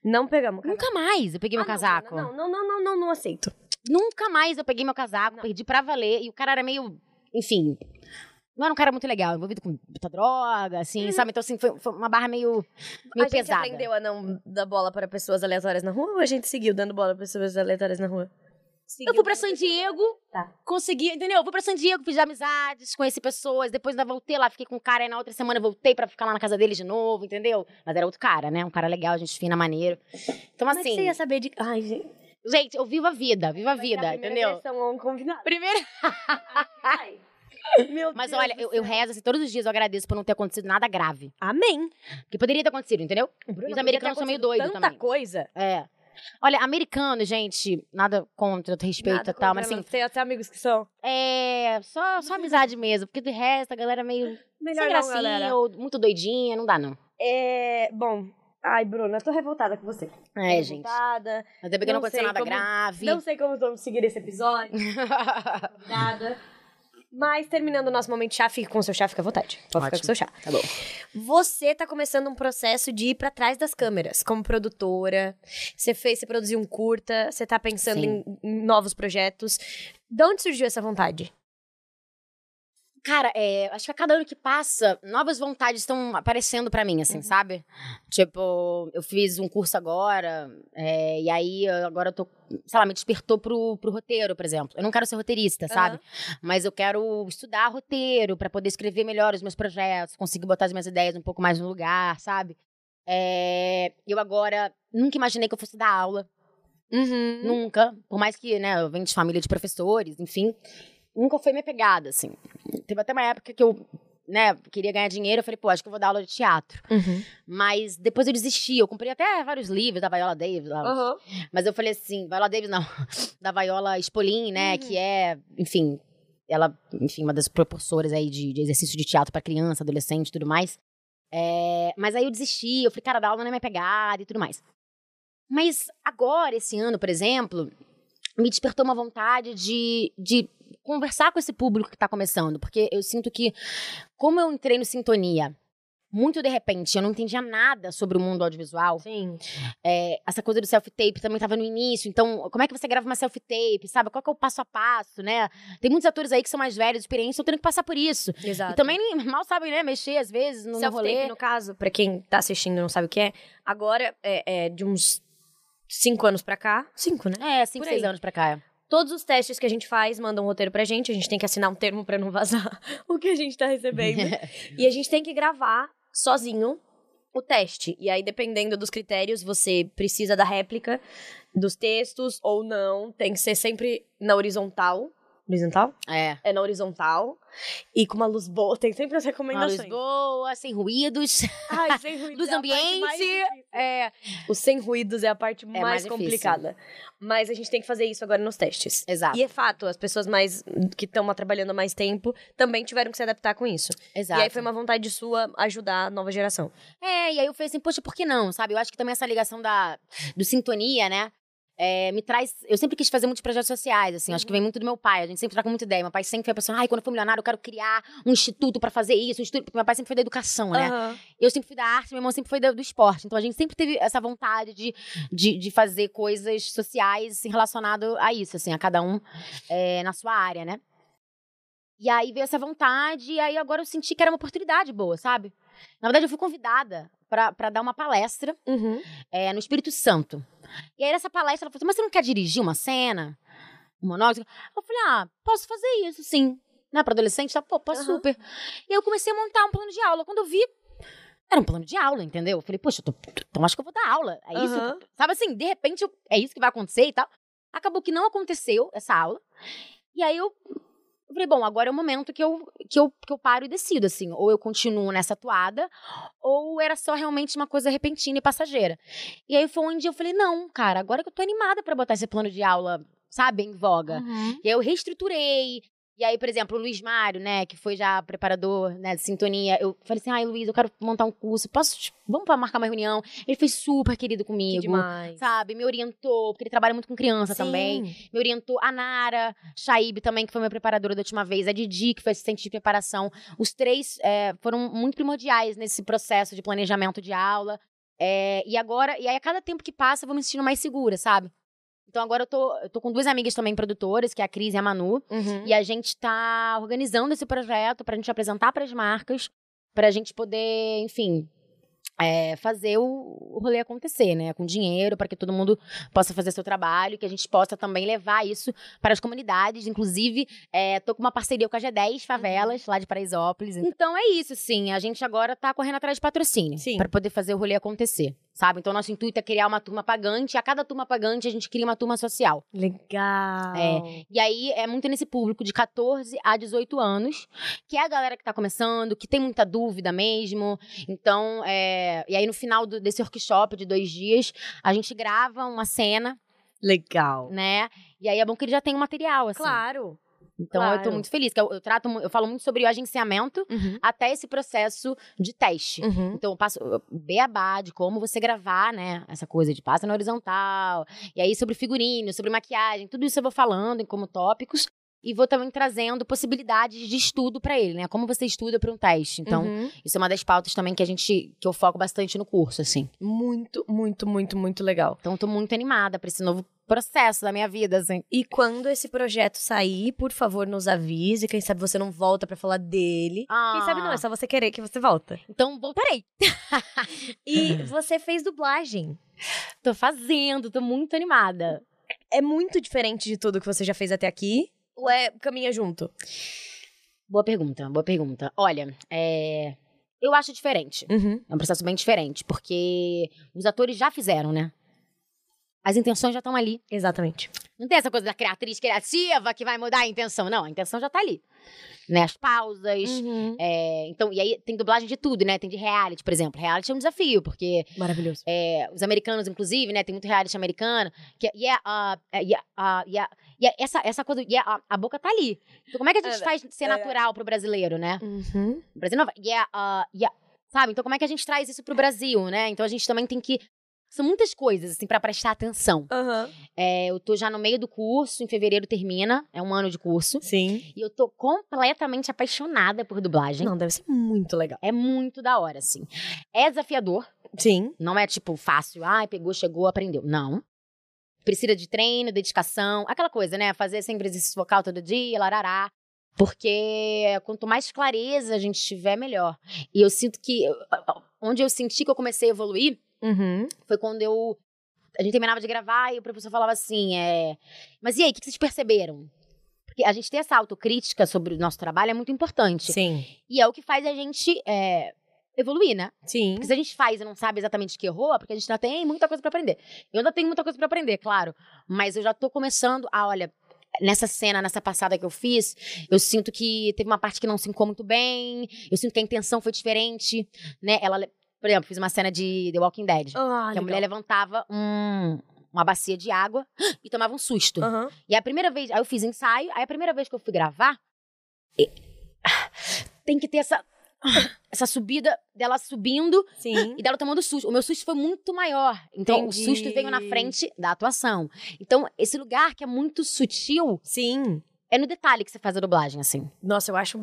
Não pegamos o casaco. nunca mais eu peguei meu Ah, não, casaco. Bruna, Não, não, não, não, não aceito. Nunca mais eu peguei meu casaco, perdi pra valer. E o cara era meio, enfim. Não era um cara muito legal, envolvido com muita droga, assim, sabe? Então, assim, foi, foi uma barra meio, Uhum. meio a pesada. gente aprendeu a não dar bola para pessoas aleatórias na rua ou a gente seguiu dando bola para pessoas aleatórias na rua? Eu fui pra San Diego, né? Tá. consegui, entendeu? Eu fui pra San Diego, fiz amizades, conheci pessoas, depois ainda voltei lá, fiquei com o cara, aí na outra semana eu voltei pra ficar lá na casa dele de novo, entendeu? Mas era outro cara, né? Um cara legal, gente fina, maneiro. Então, Como é que assim, você ia saber de... Ai, gente. gente, eu vivo a vida, vivo a vida, entendeu? um Primeiro. Meu Mas Deus olha, do eu, eu céu. rezo assim, todos os dias eu agradeço por não ter acontecido nada grave. Amém. Que poderia ter acontecido, entendeu? Bruna, Os podia americanos ter são meio acontecido doidos tanta também. coisa. É. Olha, americano, gente, nada contra, eu respeito Nada e tal, mas contra, assim, não. Tem até amigos que são. é. Só, só amizade mesmo, porque do resto a galera é meio Melhor sem não, gracinha galera. ou muito doidinha, não dá não. É, bom... Ai, Bruna, eu tô revoltada com você. É, gente. revoltada. Até porque não, Não aconteceu sei nada como- grave. Não sei como vamos seguir esse episódio. Nada. Mas terminando o nosso momento chá, fique com o seu chá, fica à vontade. Pode ficar com o Ótimo. seu chá. tá bom. Você tá começando um processo de ir pra trás das câmeras, como produtora. Você fez, você produziu um curta, você tá pensando em, Sim. em novos projetos. De onde surgiu essa vontade? Cara, é, acho que a cada ano que passa, novas vontades estão aparecendo pra mim, assim, sabe? Tipo, eu fiz um curso agora, é, e aí eu- agora eu tô, sei lá, me despertou pro, pro roteiro, por exemplo. Eu não quero ser roteirista, sabe? Mas eu quero estudar roteiro pra poder escrever melhor os meus projetos, conseguir botar as minhas ideias um pouco mais no lugar, sabe? É, eu agora nunca imaginei que eu fosse dar aula. Uhum. Nunca. Por mais que, né, eu venho de família de professores, enfim. Nunca foi minha pegada, assim. Teve até uma época que eu, né, queria ganhar dinheiro. Eu falei, pô, acho que eu vou dar aula de teatro. Mas depois eu desisti. Eu comprei até vários livros da Viola Davis. lá. Mas eu falei assim, Viola Davis não. da Viola Spolin, né, que é, enfim... Ela, enfim, uma das propulsoras aí de, de exercício de teatro pra criança, adolescente e tudo mais. É, mas aí eu desisti, eu falei, cara, dar aula não é minha pegada e tudo mais. Mas agora, esse ano, por exemplo, me despertou uma vontade de, de conversar com esse público que está começando, porque eu sinto que, como eu entrei no Sintonia, muito de repente, eu não entendia nada sobre o mundo audiovisual. Sim. É, essa coisa do self-tape também estava no início. Então, como é que você grava uma self-tape, sabe? Qual que é o passo a passo, né? Tem muitos atores aí que são mais velhos, experientes, estão tendo que passar por isso. Exato. E também nem- mal sabem, né? Mexer às vezes Então, no, no rolê. Self-tape, no caso, pra quem tá assistindo e não sabe o que é, agora é, é de uns cinco anos pra cá. Cinco, né? É, cinco, Por aí. seis anos pra cá. é. Todos os testes que a gente faz mandam um roteiro pra gente, a gente tem que assinar um termo pra não vazar o que a gente tá recebendo. e a gente tem que gravar sozinho o teste. E aí, dependendo dos critérios, você precisa da réplica dos textos ou não, tem que ser sempre na horizontal. Horizontal? É. É na horizontal. E com uma luz boa. Tem sempre as Uma luz recomendações. boa, sem ruídos. Ai, sem ruídos. Luz é a parte ambiente. mais difícil. É. o sem ruídos é a parte mais, mais difícil. complicada. Mas a gente tem que fazer isso agora nos testes. Exato. E é fato, as pessoas mais que estão trabalhando há mais tempo também tiveram que se adaptar com isso. Exato. E aí foi uma vontade sua ajudar a nova geração. É, e aí eu falei assim, poxa, por que não? Sabe? Eu acho que também essa ligação da, do sintonia, né? é, me traz. Eu sempre quis fazer muitos projetos sociais, assim. Acho que vem muito do meu pai. A gente sempre tá com muita ideia. Meu pai sempre foi a pessoa, ai, quando eu for milionário, eu quero criar um instituto pra fazer isso, um instituto. Porque meu pai sempre foi da educação, né? Aham. Eu sempre fui da arte, meu irmão sempre foi da- do esporte. Então a gente sempre teve essa vontade de, de, de fazer coisas sociais assim, relacionado a isso, assim, a cada um é, na sua área, né? E aí veio essa vontade, e aí agora eu senti que era uma oportunidade boa, sabe? Na verdade, eu fui convidada pra pra dar uma palestra Uhum. é, no Espírito Santo. E aí, nessa palestra, ela falou assim: Mas você não quer dirigir uma cena? Um monólogo? Eu falei: Ah, posso fazer isso, sim. Né, pra adolescente, tá? Pô, posso Aham. super. E aí eu comecei a montar um plano de aula. Quando eu vi, era um plano de aula, entendeu? Eu falei: Poxa, eu tô- então acho que eu vou dar aula. É isso? Aham. Sabe assim, de repente, eu- é isso que vai acontecer e tal. Acabou que não aconteceu essa aula. E aí eu. Eu falei, bom, agora é o momento que eu, que, eu, que eu paro e decido, assim. Ou eu continuo nessa toada, ou era só realmente uma coisa repentina e passageira. E aí foi onde eu falei, não, cara, agora que eu tô animada pra botar esse plano de aula, sabe, em voga. Uhum. E aí eu reestruturei. E aí, por exemplo, o Luiz Mário, né, que foi já preparador né, de sintonia, eu falei assim, ai, Luiz, eu quero montar um curso, posso, te- vamos pra marcar uma reunião? Ele foi super querido Que comigo. demais. Sabe, me orientou, porque ele trabalha muito com criança também me orientou a Nara, Shaib também, que foi minha preparadora da última vez, a Didi, que foi assistente de preparação. Os três é, foram muito primordiais nesse processo de planejamento de aula. É, e agora, e aí a cada tempo que passa, eu vou me sentindo mais segura, sabe? Então agora eu tô, eu tô com duas amigas também produtoras, que é a Cris e a Manu, Uhum. e a gente tá organizando esse projeto pra gente apresentar pras marcas, pra gente poder, enfim, é, fazer o, o rolê acontecer, né? Com dinheiro, para que todo mundo possa fazer seu trabalho, que a gente possa também levar isso para as comunidades. Inclusive, é, tô com uma parceria com a G10 Favelas, lá de Paraisópolis. Uhum. Então é isso, sim. A gente agora tá correndo atrás de patrocínio Sim. para poder fazer o rolê acontecer, sabe? Então nosso intuito é criar uma turma pagante, e a cada turma pagante a gente cria uma turma social. Legal. É. E aí é muito nesse público de 14 a 18 anos, que é a galera que tá começando, que tem muita dúvida mesmo. Então, é, e aí no final do- desse workshop de dois dias, a gente grava uma cena, Legal. né? E aí é bom que ele já tem o material, assim. Claro. então eu tô claro. muito feliz, que eu, eu trato, mu- eu falo muito sobre o agenciamento até esse processo de teste. Uhum. Então, eu passo uh, o beabá de como você gravar, né? Essa coisa de passa na horizontal. E aí, sobre figurino, sobre maquiagem, tudo isso eu vou falando em como tópicos. E vou também trazendo possibilidades de estudo pra ele, né? Como você estuda pra um teste. Então, Uhum. isso é uma das pautas também que a gente. que eu foco bastante no curso, assim. Muito, muito, muito, muito legal. Então, eu tô muito animada pra esse novo processo da minha vida, assim. E quando esse projeto sair, por favor, nos avise. Quem sabe você não volta pra falar dele. Quem sabe não, é Ah, só você querer que você volta. Então, voltarei. E você fez dublagem. Tô fazendo, tô muito animada. É muito diferente de tudo que você já fez até aqui? Ou é caminha junto? Boa pergunta, boa pergunta. Olha, é. Eu acho diferente. Uhum. É um processo bem diferente, porque os atores já fizeram, né? As intenções já estão ali. Exatamente. Não tem essa coisa da cria- atriz criativa que vai mudar a intenção. Não, a intenção já tá ali. Né? As pausas. Uhum. é, então, e aí tem dublagem de tudo, né? Tem de reality, por exemplo. Reality é um desafio, porque Maravilhoso. é, os americanos, inclusive, né? Tem muito reality americano. Que, é, yeah, ah, é, yeah, ah, yeah, yeah, essa, essa coisa, yeah, ah, a boca tá ali. Então, como é que a gente faz ser natural pro brasileiro, né? Uhum. O Brasil não vai. Yeah, ah, yeah. Sabe? Então, como é que a gente traz isso pro Brasil, né? Então, a gente também tem que. São muitas coisas, assim, pra prestar atenção. É, eu tô já no meio do curso, em fevereiro termina, é um ano de curso. Sim. E eu tô completamente apaixonada por dublagem. Não, deve ser muito legal. É muito da hora, assim. É desafiador, Sim. não é tipo fácil, ai, pegou, chegou, aprendeu. Não. Precisa de treino, dedicação, aquela coisa, né? Fazer sempre exercício vocal todo dia, larará. Porque quanto mais clareza a gente tiver, melhor. E eu sinto que. Onde eu senti que eu comecei a evoluir Uhum. foi quando eu. A gente terminava de gravar e o professor falava assim: é, Mas e aí, o que que vocês perceberam? Porque a gente ter essa autocrítica sobre o nosso trabalho é muito importante. Sim. E é o que faz a gente é, evoluir, né? Sim. Porque se a gente faz e não sabe exatamente o que errou, é porque a gente ainda tem muita coisa pra aprender. Eu ainda tenho muita coisa pra aprender, claro. Mas eu já tô começando a, olha, nessa cena, nessa passada que eu fiz, eu sinto que teve uma parte que não sincou muito bem, eu sinto que a intenção foi diferente, né? Ela, por exemplo, fiz uma cena de The Walking Dead. Ah, que a mulher levantava um- uma bacia de água e tomava um susto. Aham. E a primeira vez, aí eu fiz ensaio, aí a primeira vez que eu fui gravar, e- tem que ter essa essa subida dela subindo Sim. e dela tomando susto. O meu susto foi muito maior. Então Entendi. o susto veio na frente da atuação. Então esse lugar que é muito sutil Sim. é no detalhe que você faz a dublagem assim. Nossa, eu acho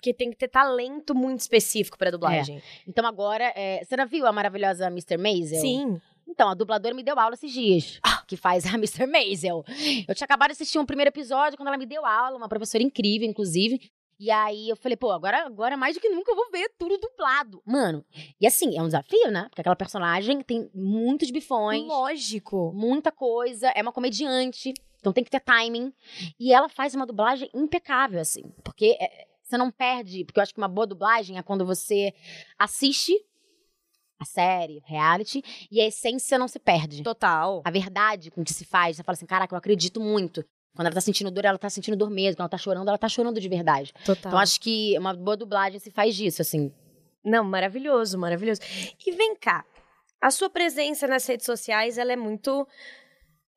que tem que ter talento muito específico pra dublagem. Então agora, é, você já viu a maravilhosa Mr. Maisel? Sim. Ah. Então, a dubladora me deu aula esses dias, que faz a Mr. Maisel. Eu tinha acabado de assistir um primeiro episódio quando ela me deu aula, uma professora incrível, inclusive. E aí eu falei, pô, agora, agora mais do que nunca eu vou ver tudo dublado. Mano, e assim, é um desafio, né? Porque aquela personagem tem muitos bifões, Lógico. muita coisa, é uma comediante, então tem que ter timing. E ela faz uma dublagem impecável, assim, porque é, você não perde. Porque eu acho que uma boa dublagem é quando você assiste a série, reality, e a essência não se perde. Total. A verdade com que se faz, você fala assim, caraca, eu acredito muito. Quando ela tá sentindo dor, ela tá sentindo dor mesmo. Quando ela tá chorando, ela tá chorando de verdade. Total. Então acho que uma boa dublagem se faz disso, assim. Não, maravilhoso, maravilhoso. E vem cá, a sua presença nas redes sociais, ela é muito...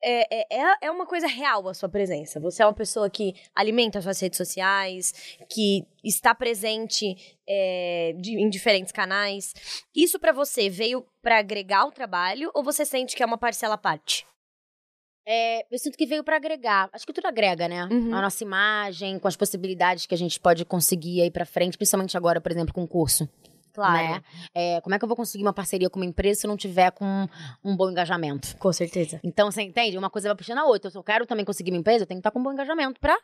É, é- é, é uma coisa real a sua presença. Você é uma pessoa que alimenta as suas redes sociais, que está presente é, de- em diferentes canais. Isso pra você veio pra agregar o trabalho ou você sente que é uma parcela à parte? É, eu sinto que veio pra agregar. Acho que tudo agrega, né? Uhum. A nossa imagem, com as possibilidades que a gente pode conseguir aí pra frente, principalmente agora, por exemplo, com o curso. Né? É, como é que eu vou conseguir uma parceria com uma empresa se eu não tiver com um bom engajamento? Com certeza. Então, você entende? Uma coisa vai puxando a outra. Se eu quero também conseguir minha empresa, eu tenho que estar com um bom engajamento pra,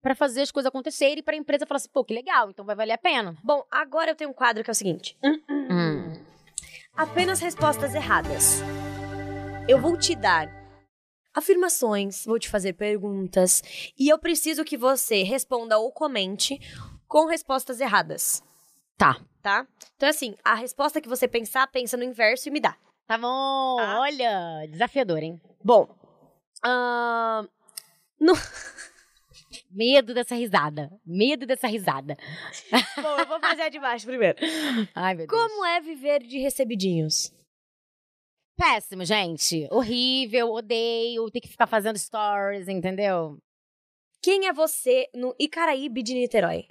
pra fazer as coisas acontecerem e pra empresa falar assim, pô, que legal, então vai valer a pena. Bom, agora eu tenho um quadro que é o seguinte. Hum. apenas respostas erradas. Eu vou te dar afirmações, vou te fazer perguntas e eu preciso que você responda ou comente com respostas erradas, Tá. tá? Então assim, a resposta que você pensar, pensa no inverso e me dá. Tá bom. Tá. Olha, desafiador, hein? Bom, ahn, Medo dessa risada. Medo dessa risada. bom, eu vou fazer a de baixo primeiro. Ai, meu Deus. Como é viver de recebidinhos? Péssimo, gente. Horrível, odeio. Tem que ficar fazendo stories, entendeu? Quem é você no Icaraíbe de Niterói?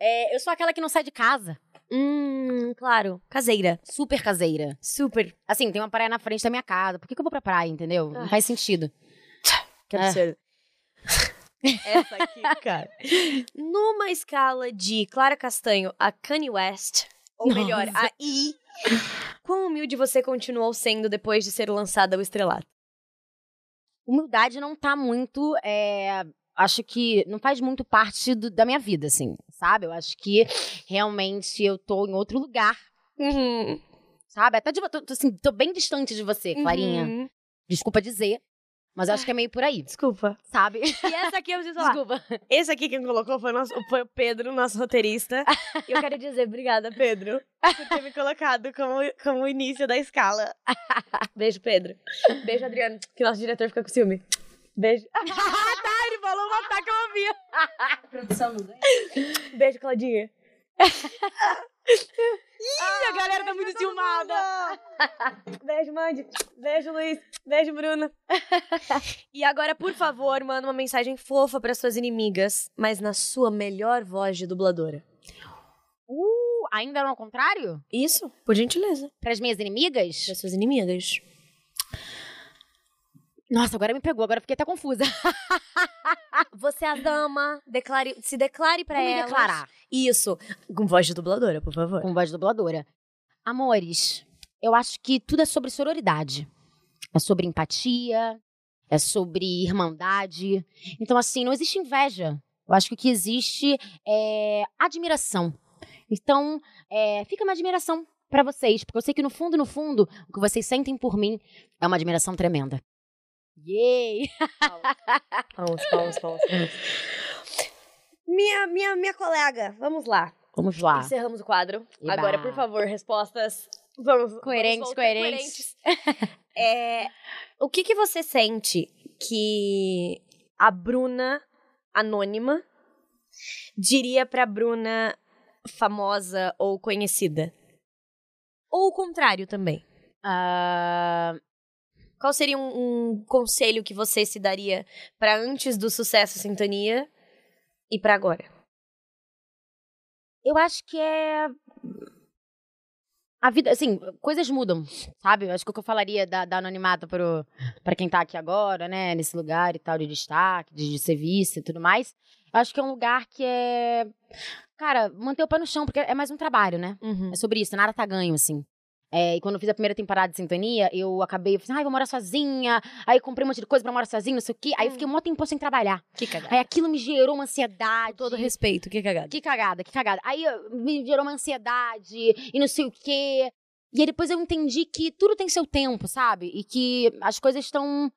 É, eu sou aquela que não sai de casa. Hum, claro, caseira, Super caseira. super. Assim, tem uma praia na frente da minha casa. Por que, que eu vou pra praia, entendeu? Ah. Não faz sentido. Que Ah. absurdo. Essa aqui, cara. Numa escala de Clara Castanho a Kanye West, ou Nossa. melhor, a I, quão humilde você continuou sendo depois de ser lançada ao estrelato? humildade não tá muito. é, acho que não faz muito parte do- da minha vida, assim, sabe? Eu acho que realmente eu tô em outro lugar, Uhum. sabe? Até de, vo- tô, tô, assim, tô bem distante de você, Clarinha. Uhum. Desculpa dizer, mas eu acho que é meio por aí, Desculpa. sabe? E essa aqui eu preciso falar. Desculpa. Esse aqui quem colocou foi o, nosso- foi o Pedro, nosso roteirista. E eu quero dizer obrigada, Pedro, por ter me colocado como, como início da escala. Beijo, Pedro. Beijo, Adriano, que nosso diretor fica com ciúme. Beijo. Ah, tá, ele falou um ataque ao vivo. tá Beijo, Claudinha. Ih, a galera tá muito ciumada. Beijo, Mandy. Beijo, Luiz. Beijo, Bruna. E agora, por favor, manda uma mensagem fofa para suas inimigas, mas na sua melhor voz de dubladora. Uh, ainda não ao contrário? Isso, por gentileza. Pras minhas inimigas? Para suas inimigas. Nossa, agora me pegou, agora eu fiquei até confusa. Você é a dama, declare, se declare para Vou me elas. declarar. Isso, com voz de dubladora, por favor. com voz dubladora. Amores, eu acho que tudo é sobre sororidade. É sobre empatia, é sobre irmandade. Então, assim, não existe inveja. Eu acho que o que existe é admiração. Então, é, fica uma admiração pra vocês, porque eu sei que no fundo, no fundo, o que vocês sentem por mim é uma admiração tremenda. Yay! Vamos, vamos, vamos. Minha, minha, minha colega, vamos lá. Vamos lá. Encerramos o quadro. Eba. Agora, por favor, respostas. Vamos. Coerentes, vamos voltar- coerentes. coerentes. É, o que, que você sente que a Bruna anônima diria pra Bruna famosa ou conhecida? Ou o contrário também. Ah, Qual seria um, um conselho que você se daria pra antes do sucesso Sintonia e pra agora? eu acho que é. A vida, assim, coisas mudam, sabe? Eu Acho que o que eu falaria da, da anonimato pro, pra quem tá aqui agora, né? Nesse lugar e tal, de destaque, de, de ser vice e tudo mais. Eu acho que é um lugar que é. Cara, manter o pé no chão, porque é mais um trabalho, né? Uhum. É sobre isso, nada tá ganho, assim. É, e quando eu fiz a primeira temporada de Sintonia, eu acabei, eu falei, assim, ai, vou morar sozinha. Aí comprei um monte de coisa pra morar sozinha, não sei o quê. Aí eu fiquei mó tempo sem trabalhar. Que cagada. Aí aquilo me gerou uma ansiedade. Todo respeito, que cagada. Que cagada, que cagada. Aí eu- me gerou uma ansiedade e não sei o quê. E aí depois eu entendi que tudo tem seu tempo, sabe? E que as coisas estão.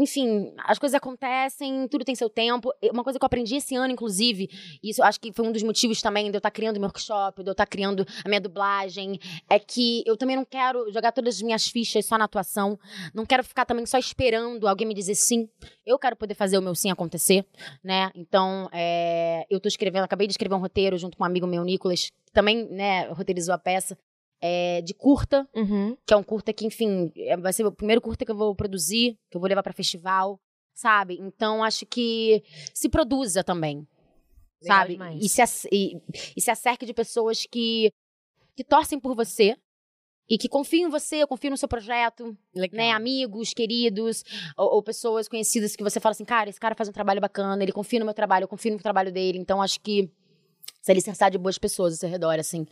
Enfim, as coisas acontecem, tudo tem seu tempo. E Uma coisa que eu aprendi esse ano, inclusive, e isso eu acho que foi um dos motivos também de eu estar criando meu workshop, de eu estar criando a minha dublagem, é que eu também não quero jogar todas as minhas fichas só na atuação. Não quero ficar também só esperando alguém me dizer sim. Eu quero poder fazer o meu sim acontecer né? Então, é, eu tô escrevendo, acabei de escrever um roteiro junto com um amigo meu, Nicolas, que também, né, roteirizou a peça, é, de curta, Uhum. que é um curta que, enfim, é- vai ser o primeiro curta que eu vou produzir, que eu vou levar pra festival, sabe? Então, acho que se produza também, Legal sabe? demais. E se, ac- e, e se acerque de pessoas que, que torcem por você e que confiam em você, confiam no seu projeto, Legal. né, amigos, queridos, ou, ou pessoas conhecidas que você fala assim, cara, esse cara faz um trabalho bacana, ele confia no meu trabalho, eu confio no trabalho dele, então acho que se alicerçar de boas pessoas ao seu redor, assim.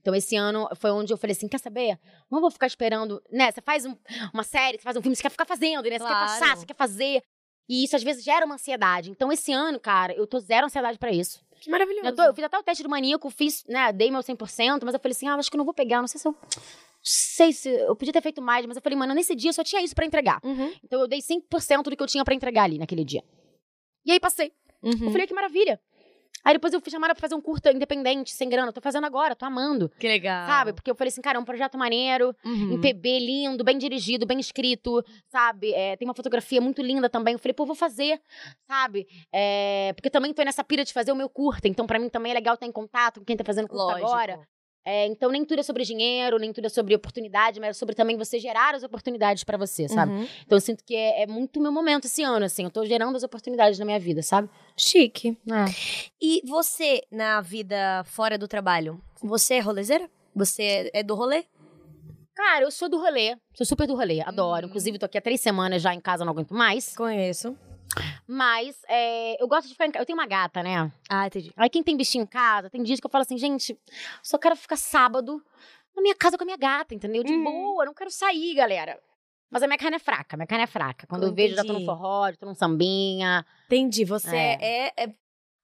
Então esse ano foi onde eu falei assim, quer saber? Não vou ficar esperando, né, você faz um- uma série, você faz um filme, você quer ficar fazendo, né, você Claro. quer passar, você quer fazer, e isso às vezes gera uma ansiedade. Então esse ano, cara, eu tô zero ansiedade pra isso. Que maravilhoso. Eu, tô- eu fiz até o teste do maníaco, fiz, né, dei meu 100%, mas eu falei assim, ah, acho que eu não vou pegar, não sei se eu... não Sei se eu podia ter feito mais, mas eu falei, mano, nesse dia eu só tinha isso pra entregar. Uhum. Então eu dei 100% do que eu tinha pra entregar ali naquele dia. E aí passei. Hum. Uhum. Eu falei, "Ah, que maravilha. Aí depois eu fui chamada pra fazer um curta independente, sem grana. Eu tô fazendo agora, tô amando. que legal. Uhum. Sabe? Porque eu falei assim, cara, é um projeto maneiro, em PB um lindo, bem dirigido, bem escrito, sabe? É, tem uma fotografia muito linda também. Eu falei, pô, vou fazer, sabe? É, porque também tô nessa pira de fazer o meu curta. Então, pra mim também é legal estar em contato com quem tá fazendo curta Lógico. agora. É, então, nem tudo é sobre dinheiro, nem tudo é sobre oportunidade, mas é sobre também você gerar as oportunidades pra você, sabe? Uhum. Então eu sinto que é, é muito meu momento esse ano, assim. Eu tô gerando as oportunidades na minha vida, sabe? Chique. É. E você, na vida fora do trabalho, você é rolezeira? Você é do rolê? Cara, eu sou do rolê. Sou super do rolê. Adoro. Uhum. Inclusive, tô aqui há três semanas já em casa, não aguento mais. Conheço. Mas é, eu gosto de ficar em casa. Eu tenho uma gata, né? Ah, entendi. Aí quem tem bichinho em casa, tem dias que eu falo assim, gente, só quero ficar sábado na minha casa com a minha gata, entendeu? De Uhum. boa, não quero sair, galera. Mas a minha carne é fraca, minha carne é fraca. Quando eu, vejo, já tô no Entendi. forró, já tô num sambinha. Entendi. Você é. É. é-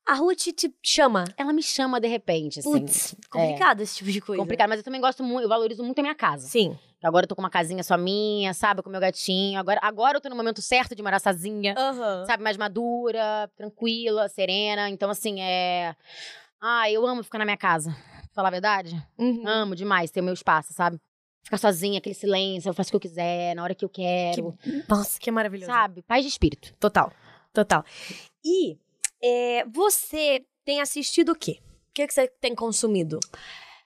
A Ruth te chama. Ela me chama de repente, assim. Putz, É. complicado esse tipo de coisa. complicado, mas eu também gosto muito, eu valorizo muito a minha casa. Sim. Agora eu tô com uma casinha só minha, sabe? Com meu gatinho. Agora, agora eu tô no momento certo de morar sozinha. Aham. Sabe, mais madura, tranquila, serena. Então, assim, é. Ah, eu amo ficar na minha casa. Pra Falar a verdade? Uhum. Amo demais ter o meu espaço, sabe? Ficar sozinha, aquele silêncio, eu faço o que eu quiser, na hora que eu quero. Nossa, que maravilhoso. Sabe? Paz de espírito. Total. Total. E é, você tem assistido o quê? O que, que você tem consumido?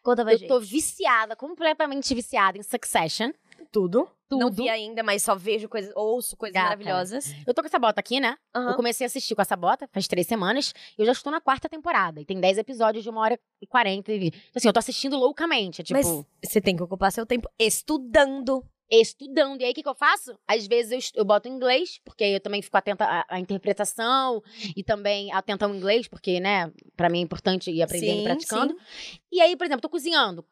Conta pra Eu tô viciada, completamente viciada em Succession. tudo. Tudo. Não vi ainda, mas só vejo coisas, ouço coisas Gata. maravilhosas. Eu tô com essa bota aqui, né? Aham. Eu comecei a assistir com essa bota faz três semanas. E eu já estou na quarta temporada. E tem 10 episódios de uma hora e 40. e- Então, assim, eu tô assistindo loucamente. é Tipo, Mas você tem que ocupar seu tempo estudando. estudando. E aí, o que, que eu faço? Às vezes eu, est- eu boto em inglês, porque aí eu também fico atenta à, à interpretação. E também atenta ao inglês, porque, né, pra mim é importante ir aprendendo e Sim, praticando. sim. E aí, por exemplo, tô cozinhando.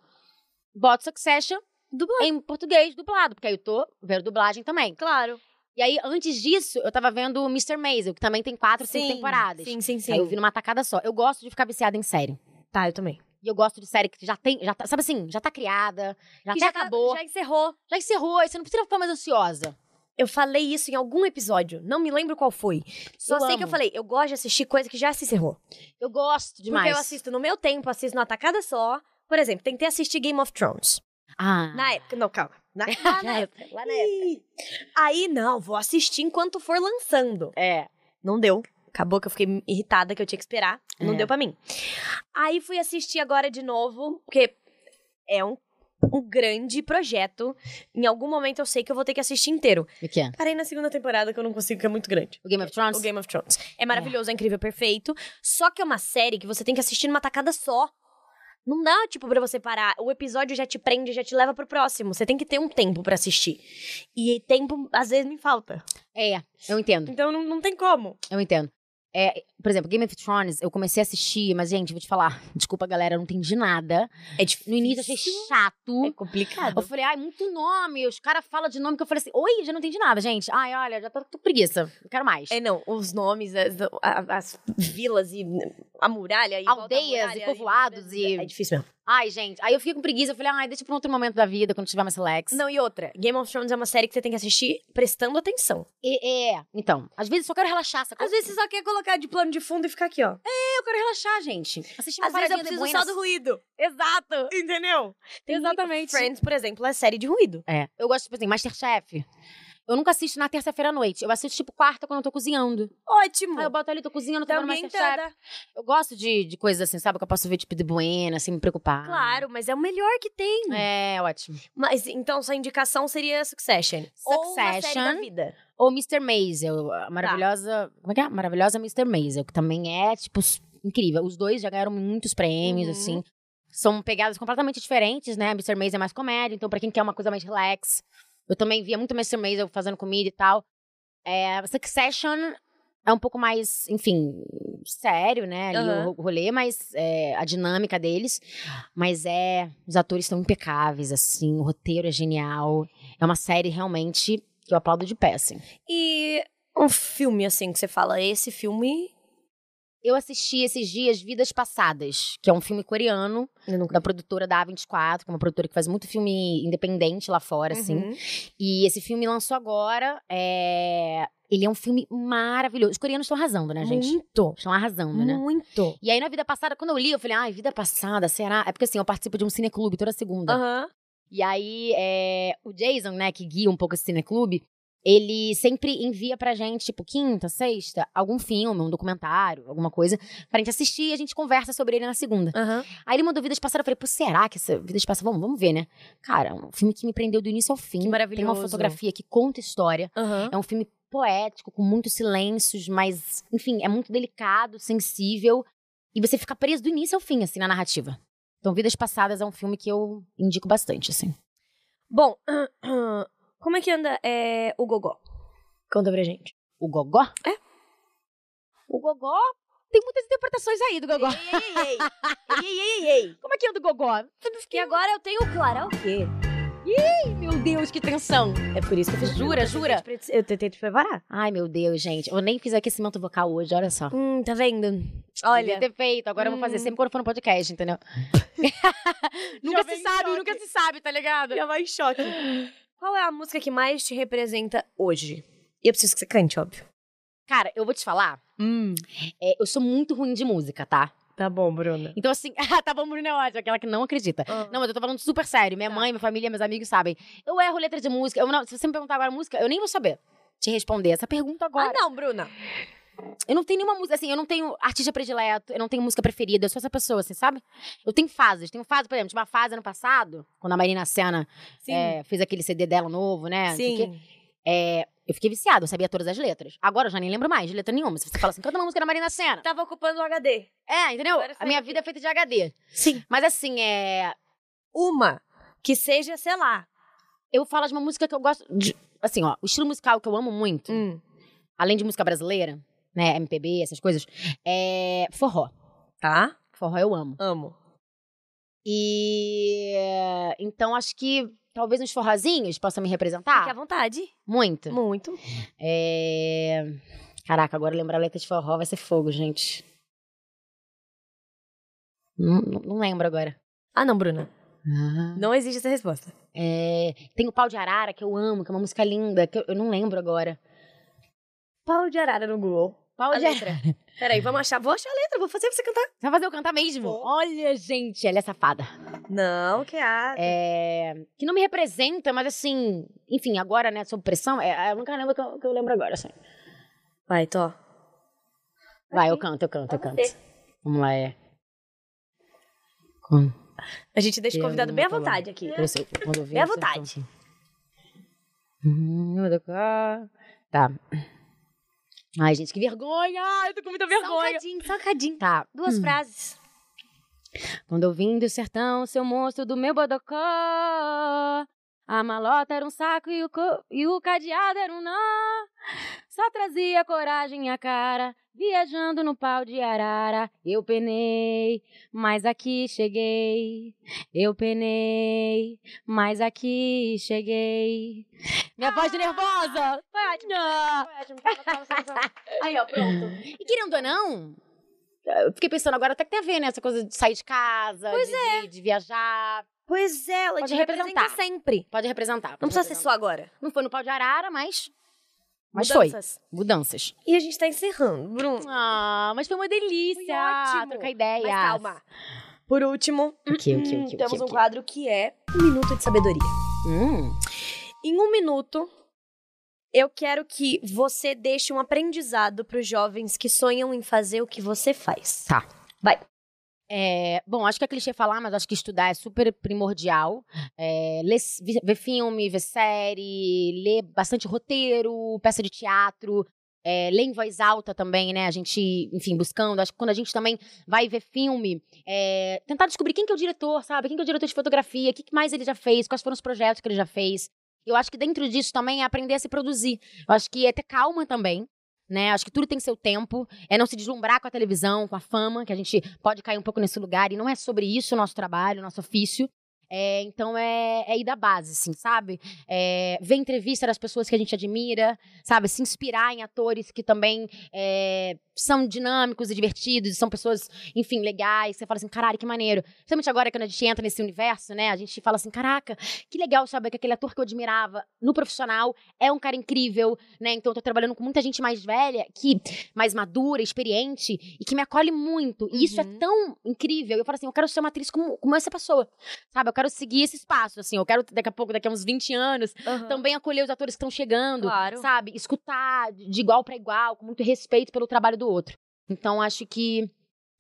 Boto Succession Dublado. em português, dublado. Porque aí eu tô vendo dublagem também. Claro. E aí, antes disso, eu tava vendo o Mr. Maisel, que também tem quatro, cinco temporadas. Sim, sim, sim. Aí eu vi numa tacada só. Eu gosto de ficar viciada em série. Tá, eu também. E eu gosto de série que já tem, já tá, sabe assim, já tá criada, já Que até acabou, tá- já... já encerrou. encerrou, aí você não precisa ficar mais ansiosa. Eu falei isso em algum episódio, não me lembro qual foi. Só Eu sei amo. que eu falei, eu gosto de assistir coisa que já se encerrou. Eu gosto demais. Porque eu assisto no meu tempo, assisto na tacada só. Por exemplo, tentei assistir Game of Thrones. Ah. Na época, não, calma. Na, lá na época, lá na época. Aí, não, vou assistir enquanto for lançando. É. Não deu. Acabou que eu fiquei irritada que eu tinha que esperar. Não É. deu pra mim. Aí fui assistir agora de novo, porque é um, um grande projeto. Em algum momento eu sei que eu vou ter que assistir inteiro. O que é? Parei na segunda temporada que eu não consigo, que é muito grande. O Game of Thrones? O Game of Thrones. É maravilhoso, é, incrível, é perfeito. Só que é uma série que você tem que assistir numa tacada só. Não dá, tipo, pra você parar. O episódio já te prende, já te leva pro próximo. Você tem que ter um tempo pra assistir. E tempo, às vezes, me falta. É, eu entendo. Então não, não tem como. Eu entendo. É, por exemplo, Game of Thrones, eu comecei a assistir, mas, gente, vou te falar. Desculpa, galera, eu não entendi nada. É difícil. No início eu achei chato. É complicado. Eu falei, ai, muito nome. Os caras falam de nome que eu falei assim, oi, já não entendi nada, gente. Ai, olha, já tô com preguiça. Não quero mais. É, não, os nomes, as, a- as vilas e a muralha. E volta a Aldeias muralha e povoados e- É difícil mesmo. Ai, gente. Aí eu fiquei com preguiça. Eu falei, ai, deixa pra um outro momento da vida, quando tiver mais relax. Não, e outra, Game of Thrones é uma série que você tem que assistir prestando atenção. É, é. Então, às vezes eu só quero relaxar, sacou? Às vezes você só quer colocar de plano de fundo e ficar aqui, ó. Tipo, eu quero relaxar, gente. Assistir É, uma Às vezes eu paradinha de preciso buenas. só do ruído. Exato. Entendeu? Exatamente. Friends, por exemplo, é série de ruído. É. Eu gosto, tipo assim, Masterchef. Eu nunca assisto na terça-feira à noite. Eu assisto, tipo, quarta quando eu tô cozinhando. Ótimo. Aí eu boto ali, tô cozinhando, tô Tá vendo Masterchef. ambientada. Eu gosto de, de coisas assim, sabe? Que eu posso ver, tipo, de buena, sem me preocupar. Claro, mas é o melhor que tem. É, ótimo. Mas então sua indicação seria Succession. Ou uma série da Succession. vida. Ou Mr. Maisel, Tá. a maravilhosa... Como é que é? Maravilhosa Mr. Maisel, que também é, tipo, s- incrível. Os dois já ganharam muitos prêmios, Uhum. assim. São pegadas completamente diferentes, né? Mr. Maisel é mais comédia, então pra quem quer uma coisa mais relax. Eu também via muito Mr. Maisel fazendo comida e tal. É, Succession é um pouco mais, enfim, sério, né? Ali Aham. o ro- rolê, mas é, a dinâmica deles. Mas é. Os atores estão impecáveis, assim, o roteiro é genial. É uma série realmente que eu aplaudo de pé, assim. E um filme assim que você fala, esse filme Eu assisti esses dias Vidas Passadas, que é um filme coreano, eu nunca da produtora da A24, que é uma produtora que faz muito filme independente lá fora, assim. Uhum. E esse filme lançou agora. é, Ele é um filme maravilhoso. Os coreanos estão arrasando, né, gente? Muito. Estão arrasando, né? Muito. E aí, na vida passada, quando eu li, eu falei, ai, vida passada, será? É porque assim, eu participo de um cineclube toda segunda. Aham. E aí, é, o Jason, né, que guia um pouco esse cineclube, ele sempre envia pra gente, tipo, quinta, sexta, algum filme, um documentário, alguma coisa, pra gente assistir e a gente conversa sobre ele na segunda. Aham. Aí ele mandou Vidas Passadas, eu falei, pô, será que essa Vidas Passadas, vamos, vamos ver, né? Cara, é um filme que me prendeu do início ao Que fim. Tem uma maravilhoso. fotografia que conta história. Aham. É um filme poético, com muitos silêncios, mas, enfim, é muito delicado, sensível. E você fica preso do início ao fim, assim, na narrativa. Então, Vidas Passadas é um filme que eu indico bastante, assim. Bom, como é que anda é, o Gogó? Conta pra gente. O Gogó? É. O Gogó? Tem muitas interpretações aí do É. Gogó. ei, ei, ei, ei, ei. Como é que é o do Gogó? E agora eu tenho É o karaokê. Ai, meu Deus, que tensão. É por isso que eu fiz Jura, jura? Eu tentei te preparar. Ai, meu Deus, gente. Eu nem fiz aquecimento vocal hoje, olha só. Hum, tá vendo? Devia Olha. ter feito, agora eu vou fazer Hum. sempre quando for no podcast, entendeu? nunca Jovem se sabe, choque. nunca se sabe, tá ligado? vai em choque. Qual é a música que mais te representa hoje? E eu preciso que você cante, óbvio. Cara, eu vou te falar, Hum, é, eu sou muito ruim de música, tá? tá bom, Bruna. Então, assim, ah, tá bom, Bruna é ótima, aquela que não acredita. Ah. Não, mas eu tô falando super sério. Minha Tá. mãe, minha família, meus amigos sabem. Eu erro letra de música. Eu não- se você me perguntar agora música, eu nem vou saber te responder essa pergunta agora. Ah, não, Bruna. Eu não tenho nenhuma música, assim, eu não tenho artista predileto, eu não tenho música preferida, eu sou essa pessoa, assim, sabe? Eu tenho fases, tenho fase, por exemplo, tinha uma fase ano passado, quando a Marina Senna é, fez aquele CD dela novo, né? não sei o quê. Sim. É, eu fiquei viciada, eu sabia todas as letras. Agora eu já nem lembro mais de letra nenhuma. Se você fala assim, canta uma música da Marina Senna. Tava ocupando o HD. É, entendeu? Agora A minha vida é feita de HD. Sim. Mas assim, é, Uma que seja, sei lá. eu falo de uma música que eu gosto. de- assim, ó, o estilo musical que eu amo muito, Hum. além de música brasileira, né, MPB, essas coisas, é forró. Tá? Forró eu amo. Amo. E é, então acho que talvez uns forrozinhos possam me Fique à representar vontade. muito. Muito. É, Caraca, agora lembrar letra de forró vai ser fogo, gente. Não, não- não lembro agora. Ah, não, Bruna. Não existe essa resposta. É, Tem o Pau de Arara, que eu amo, que é uma música linda, que eu, eu não lembro agora. Pau de arara no Google. Qual A a letra? Peraí, vamos achar. Vou achar a letra, vou fazer pra você cantar. Você vai fazer eu cantar mesmo? Vou. Olha, gente, ela é safada. Não, que a. É, que não me representa, mas assim, enfim, agora, né, sob pressão, é, é a única lembra que eu, que eu lembro agora, assim. Vai, Tó. Vai, eu canto, eu canto, eu Pode canto. ser. Vamos lá, é. Com- A gente deixa o Eu convidado não bem à tô lá. vontade aqui. Pressão, quando eu vi Bem à essa- vontade. Hum, eu vou tocar. Tá. Ai, gente, que vergonha! Ai, Eu tô com muita vergonha. Só um cadinho. Tá. Duas frases. Quando eu vim do sertão, seu monstro do meu bodocó. A malota era um saco e o, co- e o cadeado era um nó. Só trazia coragem à cara, viajando no pau de arara. Eu penei, mas aqui cheguei. Eu penei, mas aqui cheguei. Minha voz de nervosa! Foi ótimo. Ah. Aí, ó, pronto. E querendo ou não, eu fiquei pensando agora, até que tem a ver, né? Essa coisa de sair de casa, de, é. de- de viajar. Pois é, ela Pode te representa representar. sempre. Pode representar. Não pode precisa ser só agora. Não foi no pau de arara, mas. Mas foi. Mudanças. Mudanças. E a gente tá encerrando, Bruno. Ah, mas foi uma delícia. Foi ótimo. Trocar ideia. Mas calma. Por último, O que, o que, o que? temos um quadro que é um minuto de sabedoria. Hum, Em um minuto, eu quero que você deixe um aprendizado para os jovens que sonham em fazer o que você faz. tá. É, bom, acho que é clichê falar, mas acho que estudar é super primordial. É, ler, s- vi- ver filme, ver série, ler bastante roteiro, peça de teatro. É, ler em voz alta também, né? A gente, enfim, buscando. Acho que quando a gente também vai ver filme, é, tentar descobrir quem que é o diretor, sabe? Quem que é o diretor de fotografia, o que, que mais ele já fez, quais foram os projetos que ele já fez. Eu acho que dentro disso também é aprender a se produzir. Eu acho que é ter calma também, né? Acho que tudo tem seu tempo. É não se deslumbrar com a televisão, com a fama, que a gente pode cair um pouco nesse lugar. E não é sobre isso o nosso trabalho, o nosso ofício. É, então é, é ir da base, assim, sabe? É, ver entrevista das pessoas que a gente admira, sabe? Se inspirar em atores que também é, são dinâmicos e divertidos, são pessoas, enfim, legais. Você fala assim, caralho, que maneiro. Principalmente agora, quando a gente entra nesse universo, né? A gente fala assim, caraca, que legal saber que aquele ator que eu admirava no profissional é um cara incrível, né? Então eu tô trabalhando com muita gente mais velha, que mais madura, experiente, e que me acolhe muito. E isso é Uhum. tão incrível. Eu falo assim, eu quero ser uma atriz como, como essa pessoa, sabe? Eu quero seguir esse espaço, assim. Eu quero, daqui a pouco, daqui a uns 20 anos, Então, também acolher os atores que estão chegando, Claro. sabe? Escutar de de igual pra igual, com muito respeito pelo trabalho do outro. Então acho que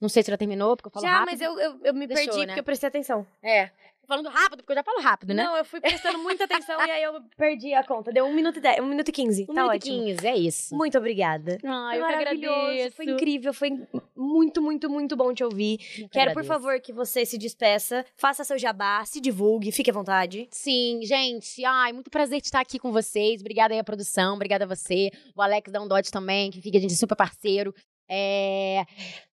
não sei se já terminou, porque eu falo já, rápido. mas eu, eu, eu me Deixou, perdi né? porque eu prestei atenção. É. Tô falando rápido, porque eu já falo rápido, né? Não, eu fui prestando muita atenção e aí eu perdi a conta. Deu um minuto e dez, um minuto e quinze. Um tá minuto e ótimo. 15, é isso. Muito obrigada. Ah, Foi maravilhoso, Foi incrível, foi muito, muito, muito bom te ouvir. Eu que Quero, por agradeço. favor, que você se despeça, faça seu jabá, se divulgue, fique à vontade. Sim, gente, ai, muito prazer de estar aqui com vocês. Obrigada aí à produção, obrigada a você, o Alex Downdotti também, que fica, gente, super parceiro. É...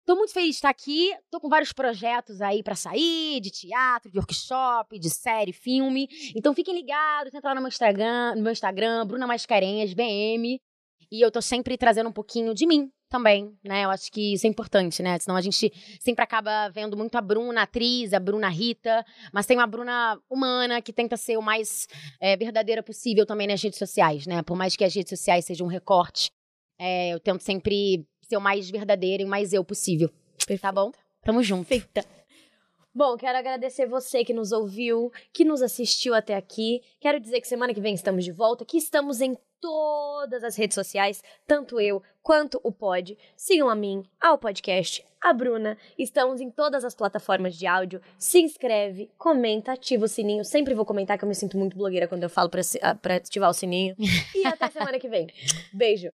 Tô muito feliz de estar aqui, tô com vários projetos aí pra sair, de teatro, de workshop, de série, filme. Então fiquem ligados, entra lá no meu Instagram, no meu Instagram Bruna Mascarenhas, BM. E eu tô sempre trazendo um pouquinho de mim também, né? Eu acho que isso é importante, né? Senão a gente sempre acaba vendo muito a Bruna, a atriz, a Bruna Rita, mas tem uma Bruna humana que tenta ser o mais é, verdadeira possível também nas redes sociais, né? Por mais que as redes sociais sejam um recorte, é, eu tento sempre ser o mais verdadeira e o mais eu possível. Tá bom? Tamo junto. Perfeita. Bom, quero agradecer você que nos ouviu, que nos assistiu até aqui. Quero dizer que semana que vem estamos de volta, que estamos em todas as redes sociais, tanto eu quanto o Pod. Sigam a mim, ao podcast, a Bruna. Estamos em todas as plataformas de áudio. Se inscreve, comenta, ativa o sininho. Sempre vou comentar que eu me sinto muito blogueira quando eu falo pra, se- ah, pra ativar o sininho. E até semana que vem. Beijo.